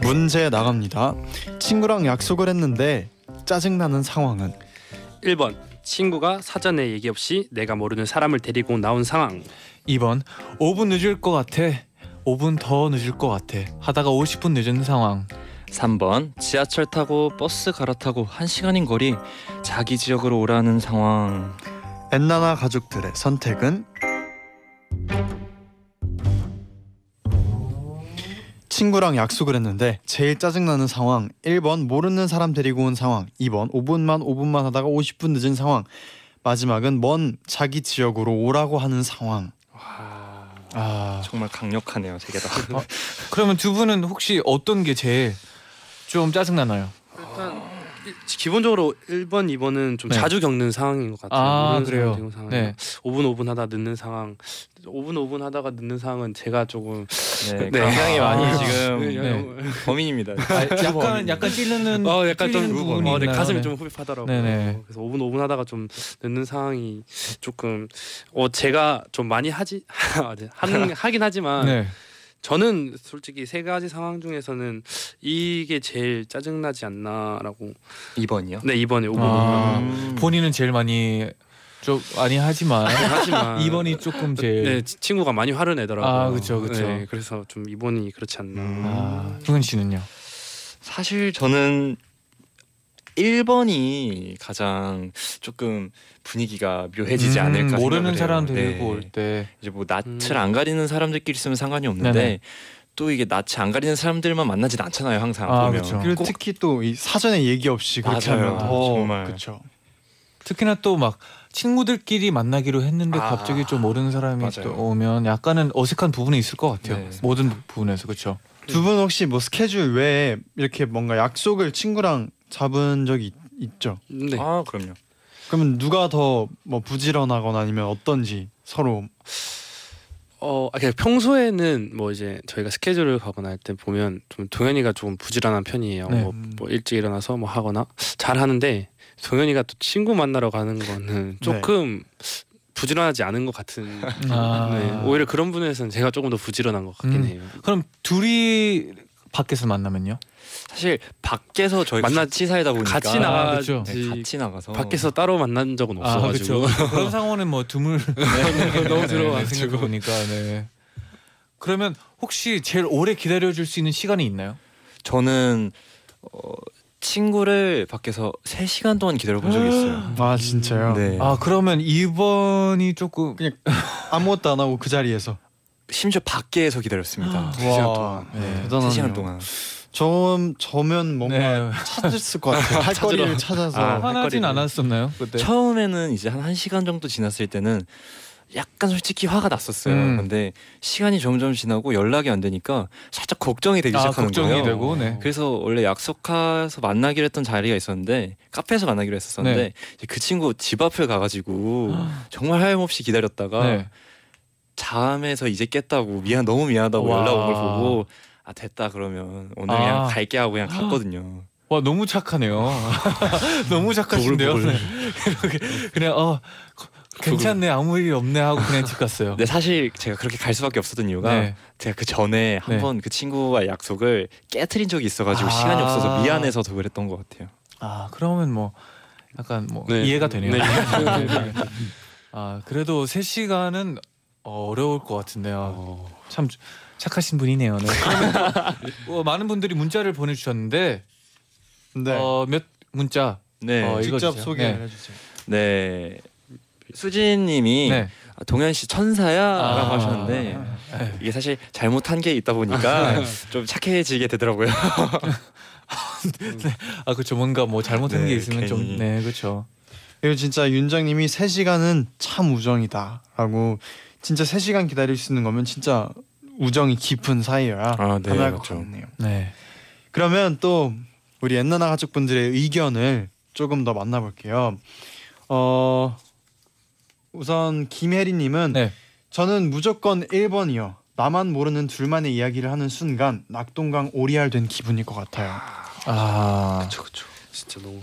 S4: 문제 나갑니다. 친구랑 약속을 했는데 짜증나는 상황은
S6: 1번 친구가 사전에 얘기 없이 내가 모르는 사람을 데리고 나온 상황
S2: 2번. 5분 늦을 것 같아. 5분 더 늦을 것 같아. 하다가 50분 늦은 상황.
S8: 3번 지하철 타고 버스 갈아타고 한시간인 거리 자기 지역으로 오라는 상황
S4: 엔나나 가족들의 선택은 친구랑 약속을 했는데 제일 짜증나는 상황 1번 모르는 사람 데리고 온 상황 2번 5분만 5분만 하다가 50분 늦은 상황 마지막은 먼 자기 지역으로 오라고 하는 상황 아
S8: 정말 강력하네요, 세개 다.
S2: 그러면 두 분은 혹시 어떤 게 제일 좀 짜증 나나요?
S6: 기본적으로 1번, 2번은 좀
S2: 네.
S6: 자주 겪는 상황인 것 같아요.
S2: 아,
S6: 모르는
S2: 그래요?
S6: 사람, 모르는 상황.
S2: 네.
S6: 5분, 5분 하다 늦는 상황. 5분, 5분 하다가 늦는 상황은 제가 조금
S8: 네,
S6: 네.
S8: 굉장히 많이
S6: 아.
S8: 지금
S2: 네.
S8: 범인입니다.
S2: 약간 약간 찔르는
S6: 어 약간 좀
S2: 찔리는 음, 부분이
S6: 어, 네,
S2: 있나요?
S6: 가슴이
S2: 네.
S6: 좀 흡입하더라고요.
S2: 네네.
S6: 그래서 5분 5분 하다가 좀 늦는 상황이 조금 어 제가 좀 많이 하지 아, 네. 하는 하긴 하지만
S2: 네.
S6: 저는 솔직히 세 가지 상황 중에서는 이게 제일 짜증나지 않나라고
S8: 2번이요?
S6: 네 이번에 5분
S2: 아,
S8: 음.
S2: 본인은 제일 많이 좀 많이 하지만
S6: 하지만
S2: 2번이 조금 제일
S6: 아. 네 치- 친구가 많이 화를 내더라고요.
S2: 아, 그쵸, 그쵸.
S6: 네, 그래서 좀 이번이 그렇지 않나.
S8: 음.
S2: 아, 흥은 씨는요?
S8: 사실 저는 1번이 가장 조금 분위기가
S6: 네,
S8: 묘해지지
S2: 음,
S8: 않을까
S2: 모르는
S8: 생각을
S2: 사람
S8: 해요.
S2: 데리고
S8: 네.
S2: 올 때.
S8: 이제 뭐 낯을
S6: 음.
S8: 안 가리는 사람들끼리 있으면 상관이 없는데
S2: 네네.
S8: 또 이게 낯이 안 가리는 사람들만 만나진 않잖아요 항상
S2: 아,
S8: 보면
S2: 그쵸.
S4: 그리고 특히 또 이 사전에 얘기 없이 그렇게
S8: 어. 맞아요.
S4: 하면 더
S8: 정말.
S4: 그쵸
S2: 특히나 또 막 친구들끼리 만나기로 했는데
S8: 아,
S2: 갑자기 좀 모르는 사람이
S8: 맞아요.
S2: 또 오면 약간은 어색한 부분이 있을 것 같아요.
S8: 네.
S2: 모든 부분에서 그렇죠.
S4: 두 분 혹시 뭐 스케줄 외에 이렇게 뭔가 약속을 친구랑 잡은 적이 있, 있죠?
S6: 네.
S8: 아 그럼요
S4: 그러면 누가 더 뭐 부지런하거나 아니면 어떤지 서로
S6: 어, 아, 그냥 평소에는 뭐 이제 저희가 스케줄을 가거나 할 때 보면 좀 동현이가 조금 부지런한 편이에요.
S2: 네.
S6: 뭐, 뭐 일찍 일어나서 뭐 하거나 잘 하는데 동현이가 또 친구 만나러 가는
S8: 네.
S6: 거는 조금 부지런하지 않은 것 같은.
S8: 음.
S2: 아.
S6: 네. 오히려 그런 분에서는 제가 조금 더 부지런한 것 같긴
S2: 음.
S6: 해요.
S2: 그럼 둘이 밖에서 만나면요?
S8: 사실 밖에서 저희
S6: 만나-
S8: 같이 살다 보니까
S6: 같이
S2: 아,
S6: 나가지
S2: 그쵸.
S8: 네, 같이 아, 나가서
S6: 밖에서 따로 만난 적은 아, 없어가지고.
S2: 그쵸. 그런 상황은 뭐 드물.
S6: 너무
S2: 네,
S6: 들어와가지고.
S2: 생각해 보니까 네. 그러면 혹시 제일 오래 기다려 줄 수 있는 시간이 있나요?
S8: 저는 어, 친구를 밖에서 3 시간 동안 기다려본 적이 있어요
S4: 아 진짜요?
S8: 네
S2: 아 그러면 2번이 조금
S4: 아무것도 안 하고 그 자리에서
S8: 심지어 밖에서 기다렸습니다
S4: 와,
S8: 3시간 동안
S4: 네,
S8: 세
S4: 대단하네요.
S8: 3시간 동안
S4: 저, 저면 뭔가
S2: 네.
S4: 찾았을 것 같아요 할
S6: 찾으러.
S4: 거리를 찾아서
S8: 아,
S2: 화나진
S8: 할 거리를.
S2: 않았었나요 그때?
S8: 처음에는 이제 한 1시간 정도 지났을 때는 약간 솔직히 화가 났었어요.
S2: 음.
S8: 근데 시간이 점점 지나고 연락이 안 되니까 살짝 걱정이 되기
S2: 아
S8: 시작하는
S2: 걱정이
S8: 거예요.
S2: 되고 네.
S8: 그래서 원래 약속해서 만나기로 했던 자리가 있었는데 카페에서 만나기로 했었었는데
S2: 네.
S8: 이제 그 친구 집 앞을 가가지고 정말 하염없이 기다렸다가
S2: 네.
S8: 잠에서 이제 깼다고 미안 너무 미안하다고
S2: 와.
S8: 연락 온 걸 보고 아 됐다 그러면 오늘
S2: 아.
S8: 그냥 갈게 하고 그냥 갔거든요.
S2: 와 너무 착하네요. 너무 착하신데요. 네. 이렇게 그냥 어 거- 괜찮네 아무 일이 없네 하고 그냥 집 갔어요.
S8: 근데 사실 제가 그렇게 갈 수밖에 없었던 이유가
S2: 네.
S8: 제가 그 전에 한
S2: 네.
S8: 번 그 친구와 약속을 깨트린 적이 있어가지고
S2: 아.
S8: 시간이 없어서 미안해서 더 그랬던 것 같아요.
S2: 아 그러면 뭐 약간 뭐
S6: 네.
S2: 이해가 되네요.
S6: 네.
S2: 네. 아 그래도 3 시간은 어려울 것 같은데요. 참 착하신 분이네요. 네. 그러면 어, 많은 분들이 문자를 보내주셨는데
S4: 네.
S2: 어, 몇 문자
S8: 네,
S2: 어,
S4: 직접
S2: 읽어주세요.
S4: 소개를
S2: 네.
S4: 해주세요
S8: 네. 수진님이
S2: 네.
S8: 아, 동현 씨 천사야라고
S2: 아.
S8: 하셨는데
S2: 네.
S8: 이게 사실 잘못한 게 있다 보니까 좀 착해지게 되더라고요.
S2: 아 그렇죠 뭔가 뭐 잘못한
S8: 네,
S2: 게 있으면
S8: 괜히.
S2: 좀네 그렇죠.
S4: 그리고 진짜 윤장님이 3시간은 참 우정이다라고 진짜 3시간 기다릴 수 있는 거면 진짜 우정이 깊은 사이여야
S8: 아, 네,
S4: 가능할 것
S8: 맞죠.
S4: 같네요
S2: 네.
S4: 그러면 또 우리 옛나나 가족분들의 의견을 조금 더 만나볼게요. 어 우선 김혜리님은
S2: 네.
S4: 저는 무조건 1번이요. 나만 모르는 둘만의 이야기를 하는 순간 낙동강 오리알 된 기분일 것 같아요.
S2: 아
S6: 진짜 너무.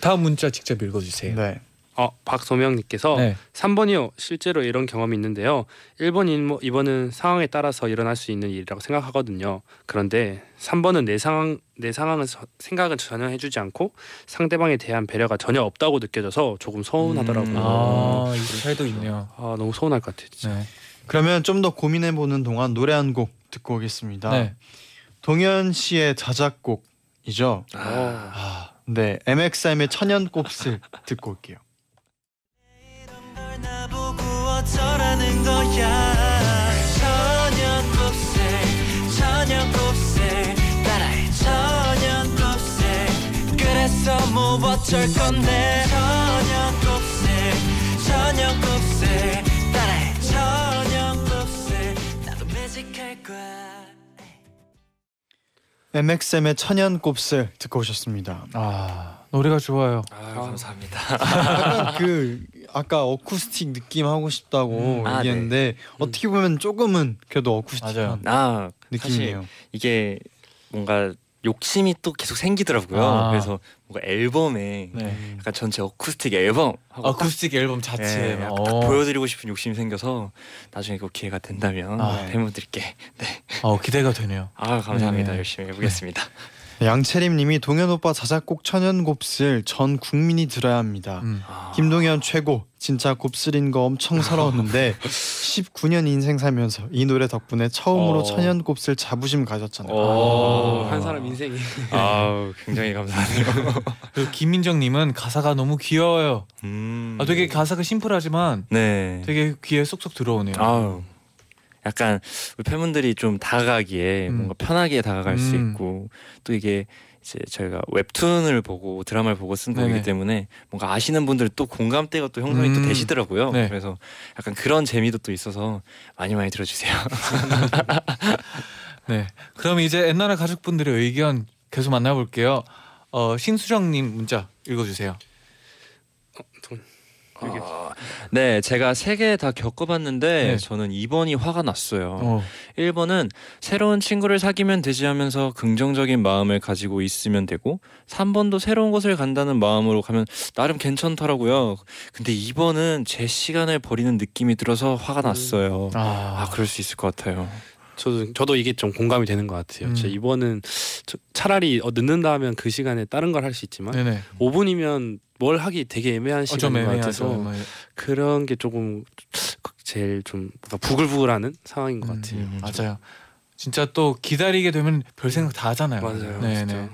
S2: 다음 문자 직접 읽어주세요.
S4: 네.
S6: 어 박소명님께서
S2: 네.
S6: 3번이요. 실제로 이런 경험이 있는데요. 1번인 2번은 상황에 따라서 일어날 수 있는 일이라고 생각하거든요. 그런데 3번은 내 상황 내 상황을 서- 생각은 전혀 해주지 않고 상대방에 대한 배려가 전혀 없다고 느껴져서 조금 서운하더라고요.
S2: 아, 이 차이도 있네요.
S6: 아, 너무 서운할 것 같아. 진짜.
S2: 네.
S4: 그러면 좀 더 고민해 보는 동안 노래 한 곡 듣고 오겠습니다.
S2: 네.
S4: 동현 씨의 자작곡이죠. 아, 네. MXM의 천연곱슬 듣고 올게요.
S1: 널 나보고 어쩌라는 거야 천연곱슬 천연곱슬 뭐 어쩔 건데 저녁곱새 저녁곱새 따라해 저녁곱새 나도 매직할 거야
S4: MXM의 천연 곱슬 듣고 오셨습니다.
S2: 아 노래가 좋아요.
S8: 아, 감사합니다.
S4: 약간 그 아까 어쿠스틱 느낌 하고 싶다고
S8: 음, 아,
S4: 얘기했는데 어떻게 보면 조금은 그래도 어쿠스틱한
S8: 아 사실
S4: 느낌이에요.
S8: 이게 뭔가 욕심이 또 계속 생기더라고요.
S2: 아.
S8: 그래서 뭔가 앨범에
S2: 네.
S8: 약간 전체 어쿠스틱 앨범 하고 딱,
S2: 어쿠스틱 앨범 자체에
S8: 예,
S2: 막,
S8: 약간 딱
S2: 어.
S8: 보여드리고 싶은 욕심이 생겨서 나중에 그 기회가 된다면
S2: 아.
S8: 팬분들께 네.
S2: 어, 기대가 되네요.
S8: 아 감사합니다.
S2: 네.
S8: 열심히 해보겠습니다.
S4: 양채림님이 동현 오빠 자작곡 천연 곱슬 전 국민이 들어야 합니다.
S2: 음.
S8: 아,
S4: 김동현 최고 진짜 곱슬인 거 엄청 서러웠는데 19년 인생 살면서 이 노래 덕분에 처음으로
S8: 어.
S4: 천연 곱슬 자부심
S2: 네.
S4: 가졌잖아요.
S8: 오.
S6: 한 사람 인생이
S8: 아우 굉장히 감사하네요.
S2: 그리고 김민정님은 가사가 너무 귀여워요.
S8: 음.
S2: 아, 되게 가사가 심플하지만
S8: 네.
S2: 되게 귀에 쏙쏙 들어오네요.
S8: 아우 약간 우리 팬분들이 좀 다가가기에
S2: 음.
S8: 뭔가 편하게 다가갈 수
S2: 음.
S8: 있고 또 이게 이제 저희가 웹툰을 보고 드라마를 보고 쓴
S2: 네네.
S8: 곡이기 때문에 뭔가 아시는 분들 또 공감대가 또 형성이 또
S2: 음.
S8: 되시더라고요.
S2: 네.
S8: 그래서 약간 그런 재미도 또 있어서 많이 많이 들어주세요.
S2: 네. 그럼 이제 옛날의 가족분들의 의견 계속 만나볼게요. 어, 신수정님 문자 읽어주세요.
S8: 어, 네, 제가 세 개 다 겪어봤는데
S2: 네.
S8: 저는 2번이 화가 났어요.
S2: 어.
S8: 1번은 새로운 친구를 사귀면 되지 하면서 긍정적인 마음을 가지고 있으면 되고 3번도 새로운 곳을 간다는 마음으로 가면 나름 괜찮더라고요. 근데 2번은 제 시간을 버리는 느낌이 들어서 화가 났어요.
S2: 아,
S8: 아, 그럴 수 있을 것 같아요.
S6: 저도 저도 이게 좀 공감이 되는 것 같아요.
S2: 음.
S6: 제 이번은 저- 차라리 어, 늦는다 하면 그 시간에 다른 걸 할 수 있지만
S2: 네네.
S6: 5분이면 뭘 하기 되게 애매한
S2: 어, 좀
S6: 시간인 것 같아서
S2: 애매하죠.
S6: 그런 게 조금 제일 좀 뭔가 부글부글하는 상황인 것
S2: 음,
S6: 같아요.
S2: 음, 맞아요. 진짜 또 기다리게 되면 별 생각 다 하잖아요.
S6: 맞아요.
S2: 네네.
S6: 진짜.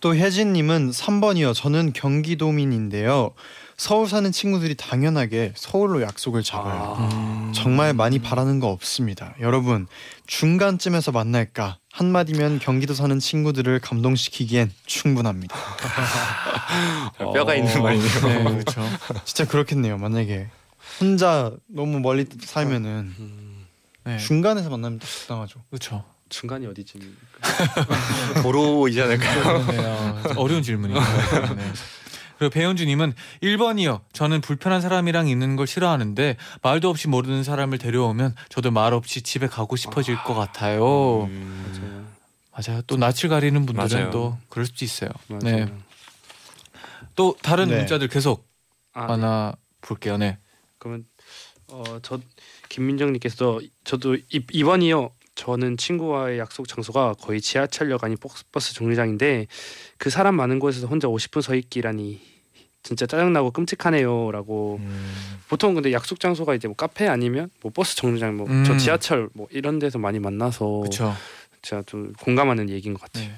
S4: 또 혜진님은 3번이요. 저는 경기도민인데요. 서울 사는 친구들이 당연하게 서울로 약속을 잡아요.
S2: 음.
S4: 정말 많이 바라는 거 없습니다. 여러분 중간쯤에서 만날까 한 마디면 경기도 사는 친구들을 감동시키기엔 충분합니다.
S8: 뼈가 있는
S2: 네,
S8: 말이네요.
S2: 그렇죠.
S4: 진짜 그렇겠네요. 만약에 혼자 너무 멀리 살면은
S6: 음,
S2: 네,
S4: 중간에서 만나면 딱 적당하죠.
S2: 그렇죠.
S6: 중간이 어디쯤?
S8: 도로이지 않을까요?
S2: 네, 어, 어려운 질문이에요. 네. 그리고 배현주님은 1번이요. 저는 불편한 사람이랑 있는 걸 싫어하는데 말도 없이 모르는 사람을 데려오면 저도 말 없이 집에 가고 싶어질 것 같아요.
S6: 음.
S8: 음,
S6: 맞아요.
S2: 맞아요. 또 낯을 가리는 분들은
S8: 맞아요.
S2: 또 그럴 수도 있어요.
S6: 맞아요.
S2: 네. 또 다른
S4: 네.
S2: 문자들 계속
S6: 아, 네.
S2: 만나 볼게요. 네.
S6: 그러면 어저 김민정님께서 저도 이, 이번이요. 저는 친구와의 약속 장소가 거의 지하철역 아니 버스- 버스 정류장인데 그 사람 많은 곳에서 혼자 50분 서 있기라니 진짜 짜증나고 끔찍하네요라고
S2: 음.
S6: 보통 근데 약속 장소가 이제 뭐 카페 아니면 뭐 버스 정류장 뭐 저
S2: 음.
S6: 지하철 뭐 이런 데서 많이 만나서
S2: 그렇죠.
S6: 제가 좀 공감하는 얘기인 것 같아요.
S2: 네.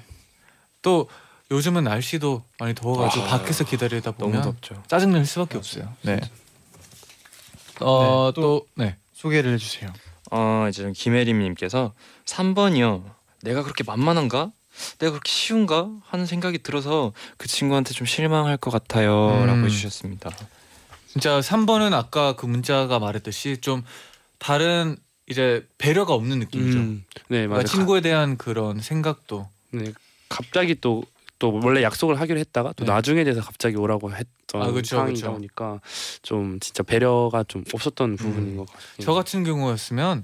S2: 또 요즘은 날씨도 많이 더워가지고
S6: 아.
S2: 밖에서 기다리다
S8: 너무
S2: 보면
S8: 덥죠.
S2: 짜증날 수밖에 없어요. 네. 어,
S4: 네, 또-
S2: 또 네.
S4: 소개를 해주세요.
S8: 어 이제 좀 김혜림님께서 3번이요. 내가 그렇게 만만한가? 내가 그렇게 쉬운가? 하는 생각이 들어서 그 친구한테 좀 실망할 것 같아요라고
S2: 음.
S8: 해주셨습니다.
S2: 진짜 3번은 아까 그 문자가 말했듯이 좀 다른 이제 배려가 없는 느낌이죠.
S6: 음, 네 맞아요.
S2: 그러니까 친구에 대한 그런 생각도
S6: 네, 갑자기 또 또 원래 약속을 하기로 했다가 또
S2: 네.
S6: 나중에 돼서 갑자기 오라고 했던
S2: 아, 그쵸,
S6: 상황이다
S2: 그쵸.
S6: 보니까 좀 진짜 배려가 좀 없었던 부분인 것 같아요.
S2: 저 같은 경우였으면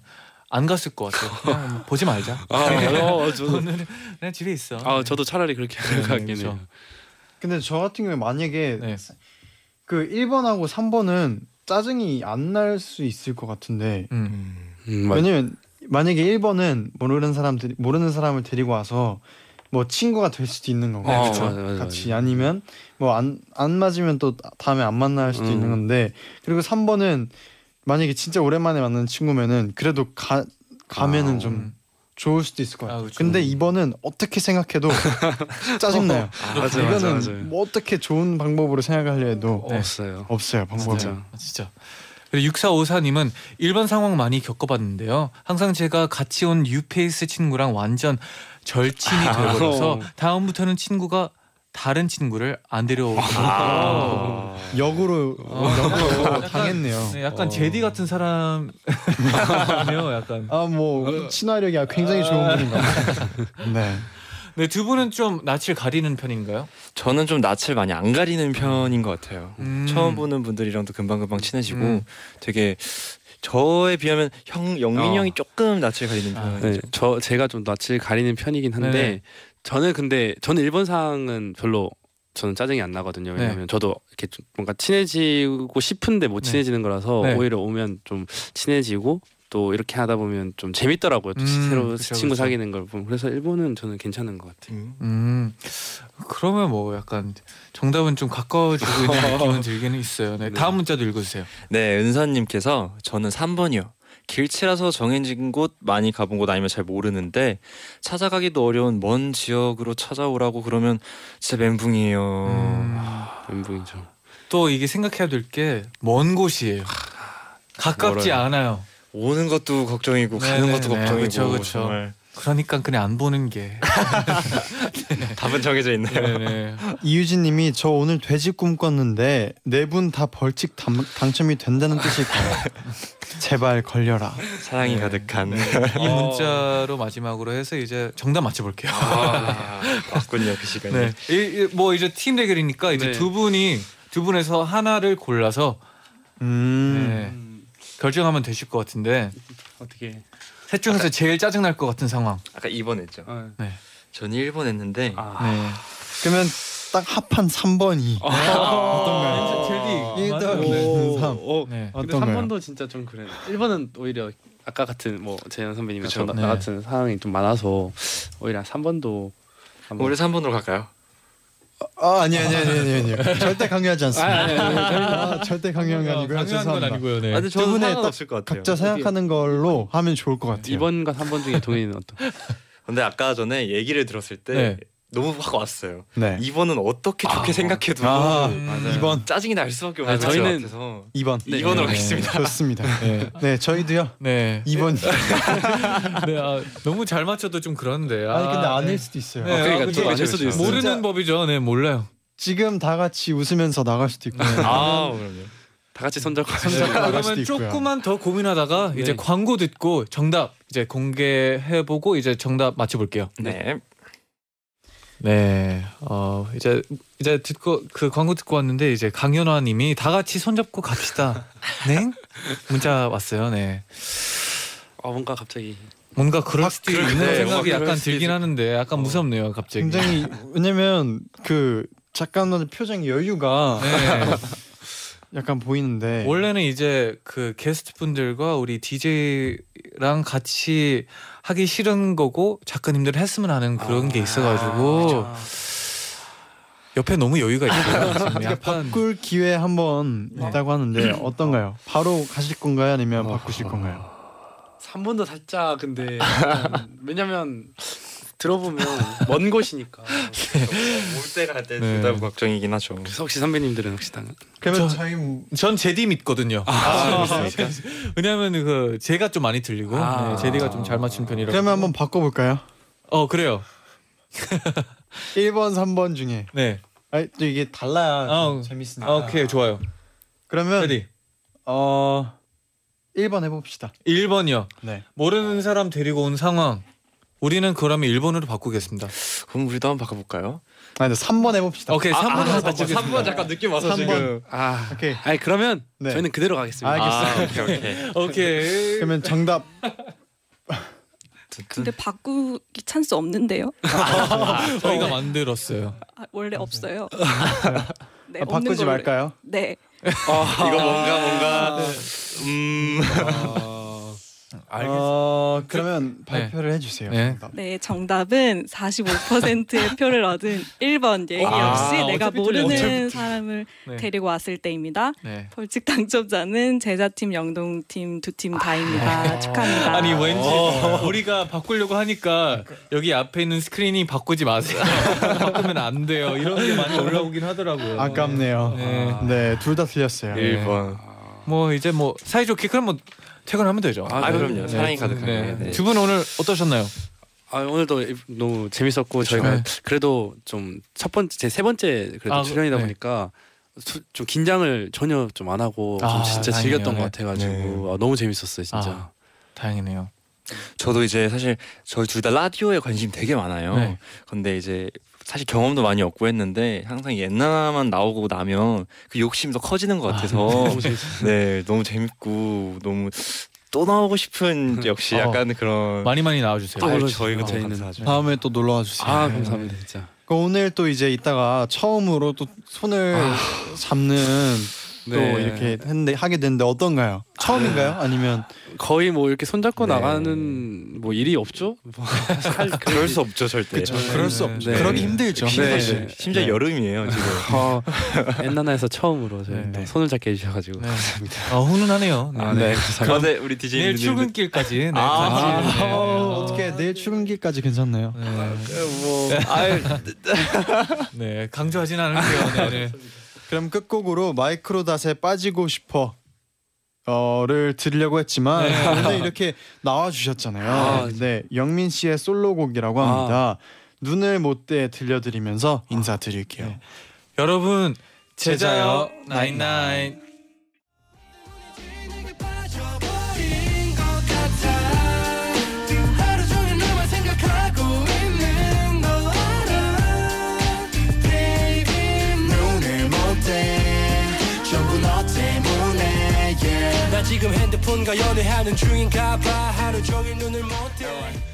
S2: 안 갔을 것 같아요. 그냥 뭐 보지 말자.
S6: 아, 어, 저도,
S2: 오늘은 그냥 집에 있어.
S6: 아 저도 차라리 그렇게
S2: 네,
S6: 생각하긴
S2: 그쵸.
S6: 해요.
S4: 근데 저 같은 경우에 만약에
S2: 네.
S4: 그 1번하고 3번은 짜증이 안 날 수 있을 것 같은데
S2: 음.
S6: 음, 맞-
S4: 왜냐면 만약에 1번은 모르는 사람들 모르는 사람을 데리고 와서 뭐 친구가 될 수도 있는 거고
S6: 네, 그쵸. 맞아요, 맞아요,
S4: 같이
S6: 맞아요.
S4: 아니면 뭐 안 안 맞으면 또 다음에 안 만날 수도
S6: 음.
S4: 있는 건데 그리고 3번은 만약에 진짜 오랜만에 만난 친구면은 그래도 가 가면은
S6: 아,
S4: 좀 좋을 수도 있을 것
S2: 아,
S4: 같아요.
S2: 그쵸.
S4: 근데 2번은 어떻게 생각해도 짜증나요.
S6: 어, 맞아요,
S4: 이거는
S6: 맞아요, 맞아요.
S4: 뭐 어떻게 좋은 방법으로 생각하려 해도
S2: 네.
S6: 없어요.
S4: 없어요 방법이.
S6: 진짜.
S2: 아, 진짜. 그리고 6454님은 일반 상황 많이 겪어봤는데요. 항상 제가 같이 온 뉴페이스 친구랑 완전 절친이 되어버려서
S6: 어.
S2: 다음부터는 친구가 다른 친구를 안 데려오고
S8: 아,
S4: 역으로
S6: 어.
S4: 역으로 아. 당했네요. 어.
S2: 네, 약간 제디 같은 사람이요 약간
S4: 아 뭐 친화력이 굉장히 좋은 분인가. 봐요. 네.
S2: 네, 두 분은 좀 낯을 가리는 편인가요?
S8: 저는 좀 낯을 많이 안 가리는 편인 것 같아요.
S2: 음.
S8: 처음 보는 분들이랑도 금방금방 친해지고
S2: 음.
S8: 되게 저에 비하면 형 영민 이
S6: 어.
S8: 형이 조금 낯을 가리는
S2: 아,
S8: 편이죠.
S6: 네, 저 제가 좀 낯을 가리는 편이긴 한데
S2: 네네.
S6: 저는 근데 저는 일본 상은 별로 저는 짜증이 안 나거든요.
S2: 네.
S6: 왜냐면 저도 이렇게 좀 뭔가 친해지고 싶은데 못
S2: 네.
S6: 친해지는 거라서
S2: 네.
S6: 오히려 오면 좀 친해지고 또 이렇게 하다 보면 좀 재밌더라고요. 또
S2: 음,
S6: 새로
S2: 그쵸,
S6: 친구
S2: 그쵸.
S6: 사귀는 걸 보면 그래서 일본은 저는 괜찮은 것 같아요.
S2: 음 그러면 뭐 약간 정답은 좀 가까워지고 있는 느낌은 들기는 있어요. 네, 다음 문자도 읽어주세요.
S8: 네, 은서님께서 저는 3번이요. 길치라서 정해진 곳 많이 가본 곳 아니면 잘 모르는데 찾아가기도 어려운 먼 지역으로 찾아오라고 그러면 진짜 멘붕이에요.
S2: 음.
S6: 멘붕이죠.
S2: 또 이게 생각해야 될 게 먼 곳이에요. 가깝지
S8: 멀어요.
S2: 않아요.
S8: 오는 것도 걱정이고
S2: 네네네,
S8: 가는 것도 걱정이고
S2: 그쵸, 그쵸.
S8: 정말
S2: 그러니까 그냥 안 보는 게.
S8: 답은 정해져 있네요.
S2: 네네.
S4: 이유진님이 저 오늘 돼지 꿈꿨는데 네 분 다 벌칙 당, 당첨이 된다는 뜻일까요? 제발 걸려라.
S8: 사랑이
S2: 네.
S8: 가득한
S2: 이 문자로 마지막으로 해서 이제 정답 맞춰볼게요.
S8: 아, 왔군요 그 시간이.
S2: 네. 이- 이- 뭐 이제 팀 대결이니까 이제
S6: 네.
S2: 두 분이 두 분에서 하나를 골라서
S4: 음.
S2: 네, 결정하면 되실 것 같은데
S6: 어떻게?
S2: 셋 중에서 제일 짜증 날 것 같은 상황.
S8: 아까 2번 했죠.
S2: 네.
S8: 전 1번 했는데
S6: 아,
S2: 네.
S4: 그러면 딱 합한
S2: 어,
S4: 3번이
S2: 아, 제디.
S4: 일
S2: 아, 맞아요.
S4: 더 오, 3.
S6: 오,
S2: 네.
S6: 근데
S4: 어떤가요?
S6: 3번도 진짜 좀 그래. 1번은 오히려 아까 같은 뭐 재현 선배님이나
S8: 그쵸.
S6: 저 나,
S2: 네.
S6: 나 같은 상황이 좀 많아서 오히려 3번도
S2: 네.
S6: 한번
S8: 우리 3번으로 갈까요?
S4: 아 아니 아니 아니 아니 아니. 절대 강요하지 않습니다.
S6: 아니, 아니,
S4: 아, 절대 강요한 게 아니고요. 죄송합니다.
S2: 네.
S8: 아, 근데
S4: 두 분의
S8: 저는
S4: 딱
S8: 상관없을 것 같아요.
S4: 각자 생각하는 걸로 하면 좋을 것 같아요.
S6: 2번과 3번 중에 동현이는 어떤?
S8: 근데 아까 전에 얘기를 들었을 때
S2: 네.
S8: 너무 확 왔어요.
S4: 네.
S8: 2번은 어떻게 좋게 생각해도
S4: 아,
S2: 맞아요.
S4: 2번.
S8: 짜증이 날 수밖에
S6: 아,
S8: 없는 것
S6: 저희는-
S8: 같아서
S4: 2번.
S8: 네, 2번으로
S2: 네.
S8: 가겠습니다.
S4: 좋습니다.
S2: 네.
S4: 네, 저희도요.
S2: 네.
S4: 2번.
S2: 네, 아, 너무 잘 맞춰도 좀 그런데. 아,
S4: 아니 근데
S2: 네.
S4: 아닐 수도 있어요.
S2: 네,
S8: 그러니까
S2: 아,
S8: 좀
S2: 그쵸,
S8: 아닐
S2: 그쵸,
S8: 수도
S2: 그쵸.
S8: 있어요.
S2: 모르는
S4: 진짜-
S2: 법이죠. 네, 몰라요. 네.
S4: 지금 다 같이 웃으면서 나갈 수도 있고.
S8: 아, 그럼요. 네,
S6: 다 같이 손잡고
S4: 나갈 수도
S2: 그러면
S4: 있고요.
S2: 조금만 더 고민하다가 이제
S6: 네.
S2: 광고 듣고 정답 이제 공개해보고 이제 정답 맞춰볼게요.
S8: 네.
S2: 네, 어 이제 이제 듣고 그 광고 듣고 왔는데 이제 강연화님이 다 같이 손잡고 갑시다. 네? 문자 왔어요. 네.
S6: 아 뭔가 갑자기
S2: 뭔가 그럴 수도
S8: 그럴-
S2: 있는
S8: 네, 뭔가
S2: 생각이
S8: 그럴
S2: 약간
S8: 수도
S2: 들긴
S8: 있을- 어.
S2: 하는데 약간 무섭네요, 갑자기.
S4: 굉장히 왜냐면 그 작가분의 표정 여유가
S2: 네.
S4: 약간 보이는데
S2: 원래는 이제 그 게스트 분들과 우리 DJ랑 같이 하기 싫은 거고 작가님들 했으면 하는 그런 게 있어가지고 옆에 너무 여유가 있어요. 지금 약간
S4: 바꿀 그 기회 한번 있다고 하는데 어떤가요? 바로 가실 건가요? 아니면 바꾸실 건가요?
S6: 3번도 살짝 근데 약간 왜냐면 들어보면 먼 곳이니까.
S8: 올 때가 할
S2: 네.
S8: 때는 둘다 걱정이긴 하죠.
S6: 그래서 혹시 선배님들은 혹시 당
S4: 그러면
S2: 저-
S4: 저희
S2: 전 제디 믿거든요. 아, 왜냐하면 그 제가 좀 많이 들리고
S6: 아.
S2: 네, 제디가 좀 잘 맞춘 편이라.
S4: 그러면 한번 바꿔볼까요?
S2: 어 그래요.
S4: 1번, 3번 중에
S2: 네.
S4: 아 이게 달라야
S2: 어.
S4: 재밌으니까.
S2: 아, 오케이 좋아요.
S4: 그러면
S2: 제디
S4: 어 1번 해봅시다.
S2: 1번이요.
S4: 네.
S2: 모르는 사람 데리고 온 상황. 우리는 그러면 1번으로 바꾸겠습니다.
S8: 그럼 우리도 한번 바꿔볼까요?
S4: 아 근데 3번 해봅시다.
S2: 오케이 3번으로 바꾸겠습니다.
S8: 3번 잠깐 느낌 와서
S4: 3번.
S8: 지금.
S6: 아,
S4: 오케이.
S6: 아니 그러면
S4: 네.
S6: 저희는 그대로 가겠습니다.
S4: 알겠습니다.
S8: 아, 오케이 오케이.
S2: 오케이.
S4: 그러면 정답
S2: 그
S10: 근데 바꾸기 찬스 없는데요?
S2: 아, 저희가 만들었어요.
S10: 아, 원래 없어요. 네,
S4: 아,
S10: 없는
S4: 바꾸지
S10: 걸로.
S4: 말까요?
S10: 네.
S8: 이거 뭔가 뭔가 음.
S2: 알겠습니다.
S4: 어, 그러면 발표를 해주세요.
S2: 네.
S4: 정답.
S10: 네, 정답은 45%의 표를 얻은 1번 예의
S2: 아,
S10: 없이 내가
S2: 어차피
S10: 모르는
S2: 틀렸네.
S10: 사람을
S2: 네.
S10: 데리고 왔을 때입니다.
S2: 네.
S10: 벌칙 당첨자는 제자팀, 영동팀 두 팀 다입니다. 축하합니다.
S2: 아니 왠지 우리가 바꾸려고 하니까 여기 앞에 있는 스크린이 바꾸지 마세요. 바꾸면 안 돼요. 이런 게 많이 올라오긴 하더라고요.
S4: 아깝네요.
S2: 네.
S4: 네, 둘 다 틀렸어요.
S2: 네.
S8: 1번.
S2: 뭐 이제 뭐 사이좋게 그럼 뭐 퇴근하면 되죠.
S8: 아, 그럼요. 사랑이 가득하게. 네.
S2: 두분 오늘 어떠셨나요?
S6: 아, 오늘도 너무 재밌었고
S2: 그쵸.
S6: 저희가
S2: 네.
S6: 그래도 좀 첫 번째 제 세 번째 그래도
S2: 아,
S6: 출연이다
S2: 네.
S6: 보니까 수- 좀 긴장을 전혀 좀 안 하고 좀
S2: 아,
S6: 진짜
S2: 다행이네요.
S6: 즐겼던 것
S2: 네.
S6: 같아가지고
S7: 네.
S6: 아, 너무 재밌었어요 진짜.
S2: 아, 다행이네요.
S8: 저도 이제 사실 저희 둘 다 라디오에 관심 되게 많아요.
S2: 네.
S8: 근데 이제 사실 경험도 많이 얻고 했는데 항상 옛날만 나오고 나면 그 욕심이 더 커지는 것 같아서
S6: 너무 재밌었어요.
S8: 네 너무 재밌고 너무 또 나오고 싶은 역시
S2: 어.
S8: 약간 그런
S2: 많이 많이 나와주세요.
S8: 아유,
S6: 놀라주세요.
S8: 저희가
S6: 네.
S8: 너무 감사하죠.
S4: 다음에 또 놀러 와 주세요.
S6: 아 감사합니다 진짜.
S4: 그 오늘 또 이제 이따가 처음으로 또 손을 잡는 또
S6: 네.
S4: 이렇게 했는데, 하게 됐는데 어떤가요? 처음인가요? 아니면
S6: 거의 뭐 이렇게 손잡고
S8: 네.
S6: 나가는 뭐 일이 없죠? 뭐 할
S8: 그럴 수 없죠 절대.
S4: 그쵸,
S6: 네.
S4: 그럴 수 없죠.
S6: 네.
S4: 그러기 힘들죠.
S8: 네.
S6: 사실.
S8: 심지어
S6: 네.
S8: 여름이에요 지금.
S6: 어, 엔나나에서 처음으로 저희
S2: 네.
S6: 또 손을 잡게 해주셔가지고
S2: 네. 아, 훈훈하네요. 네.
S6: 아, 네.
S8: 아, 네 우리 DJ
S2: 내일
S8: 님
S2: 출근길까지. 네,
S8: 아,
S2: 같이. 네.
S4: 어, 어떻게 내일 출근길까지 괜찮나요?
S8: 뭐 아유
S2: 네, 강조하진 않을게요. 네, 네.
S4: 그럼 끝곡으로 마이크로닷에 빠지고 싶어. 어를 들으려고 했지만 오늘 이렇게 나와 주셨잖아요.
S6: 아,
S4: 네, 영민 씨의 솔로곡이라고 합니다. 눈을 못 떼 들려드리면서 인사드릴게요.
S2: 여러분 제자요 나인나인.
S1: 내게 빠져버린 것 같아 하루 종일 너만 생각하고 있는 거 알아 Baby 눈을 못떼 전부 너 때문에 yeah. 나 지금 핸드폰과 연애하는 중인가 봐 하루 종일 눈을 못떼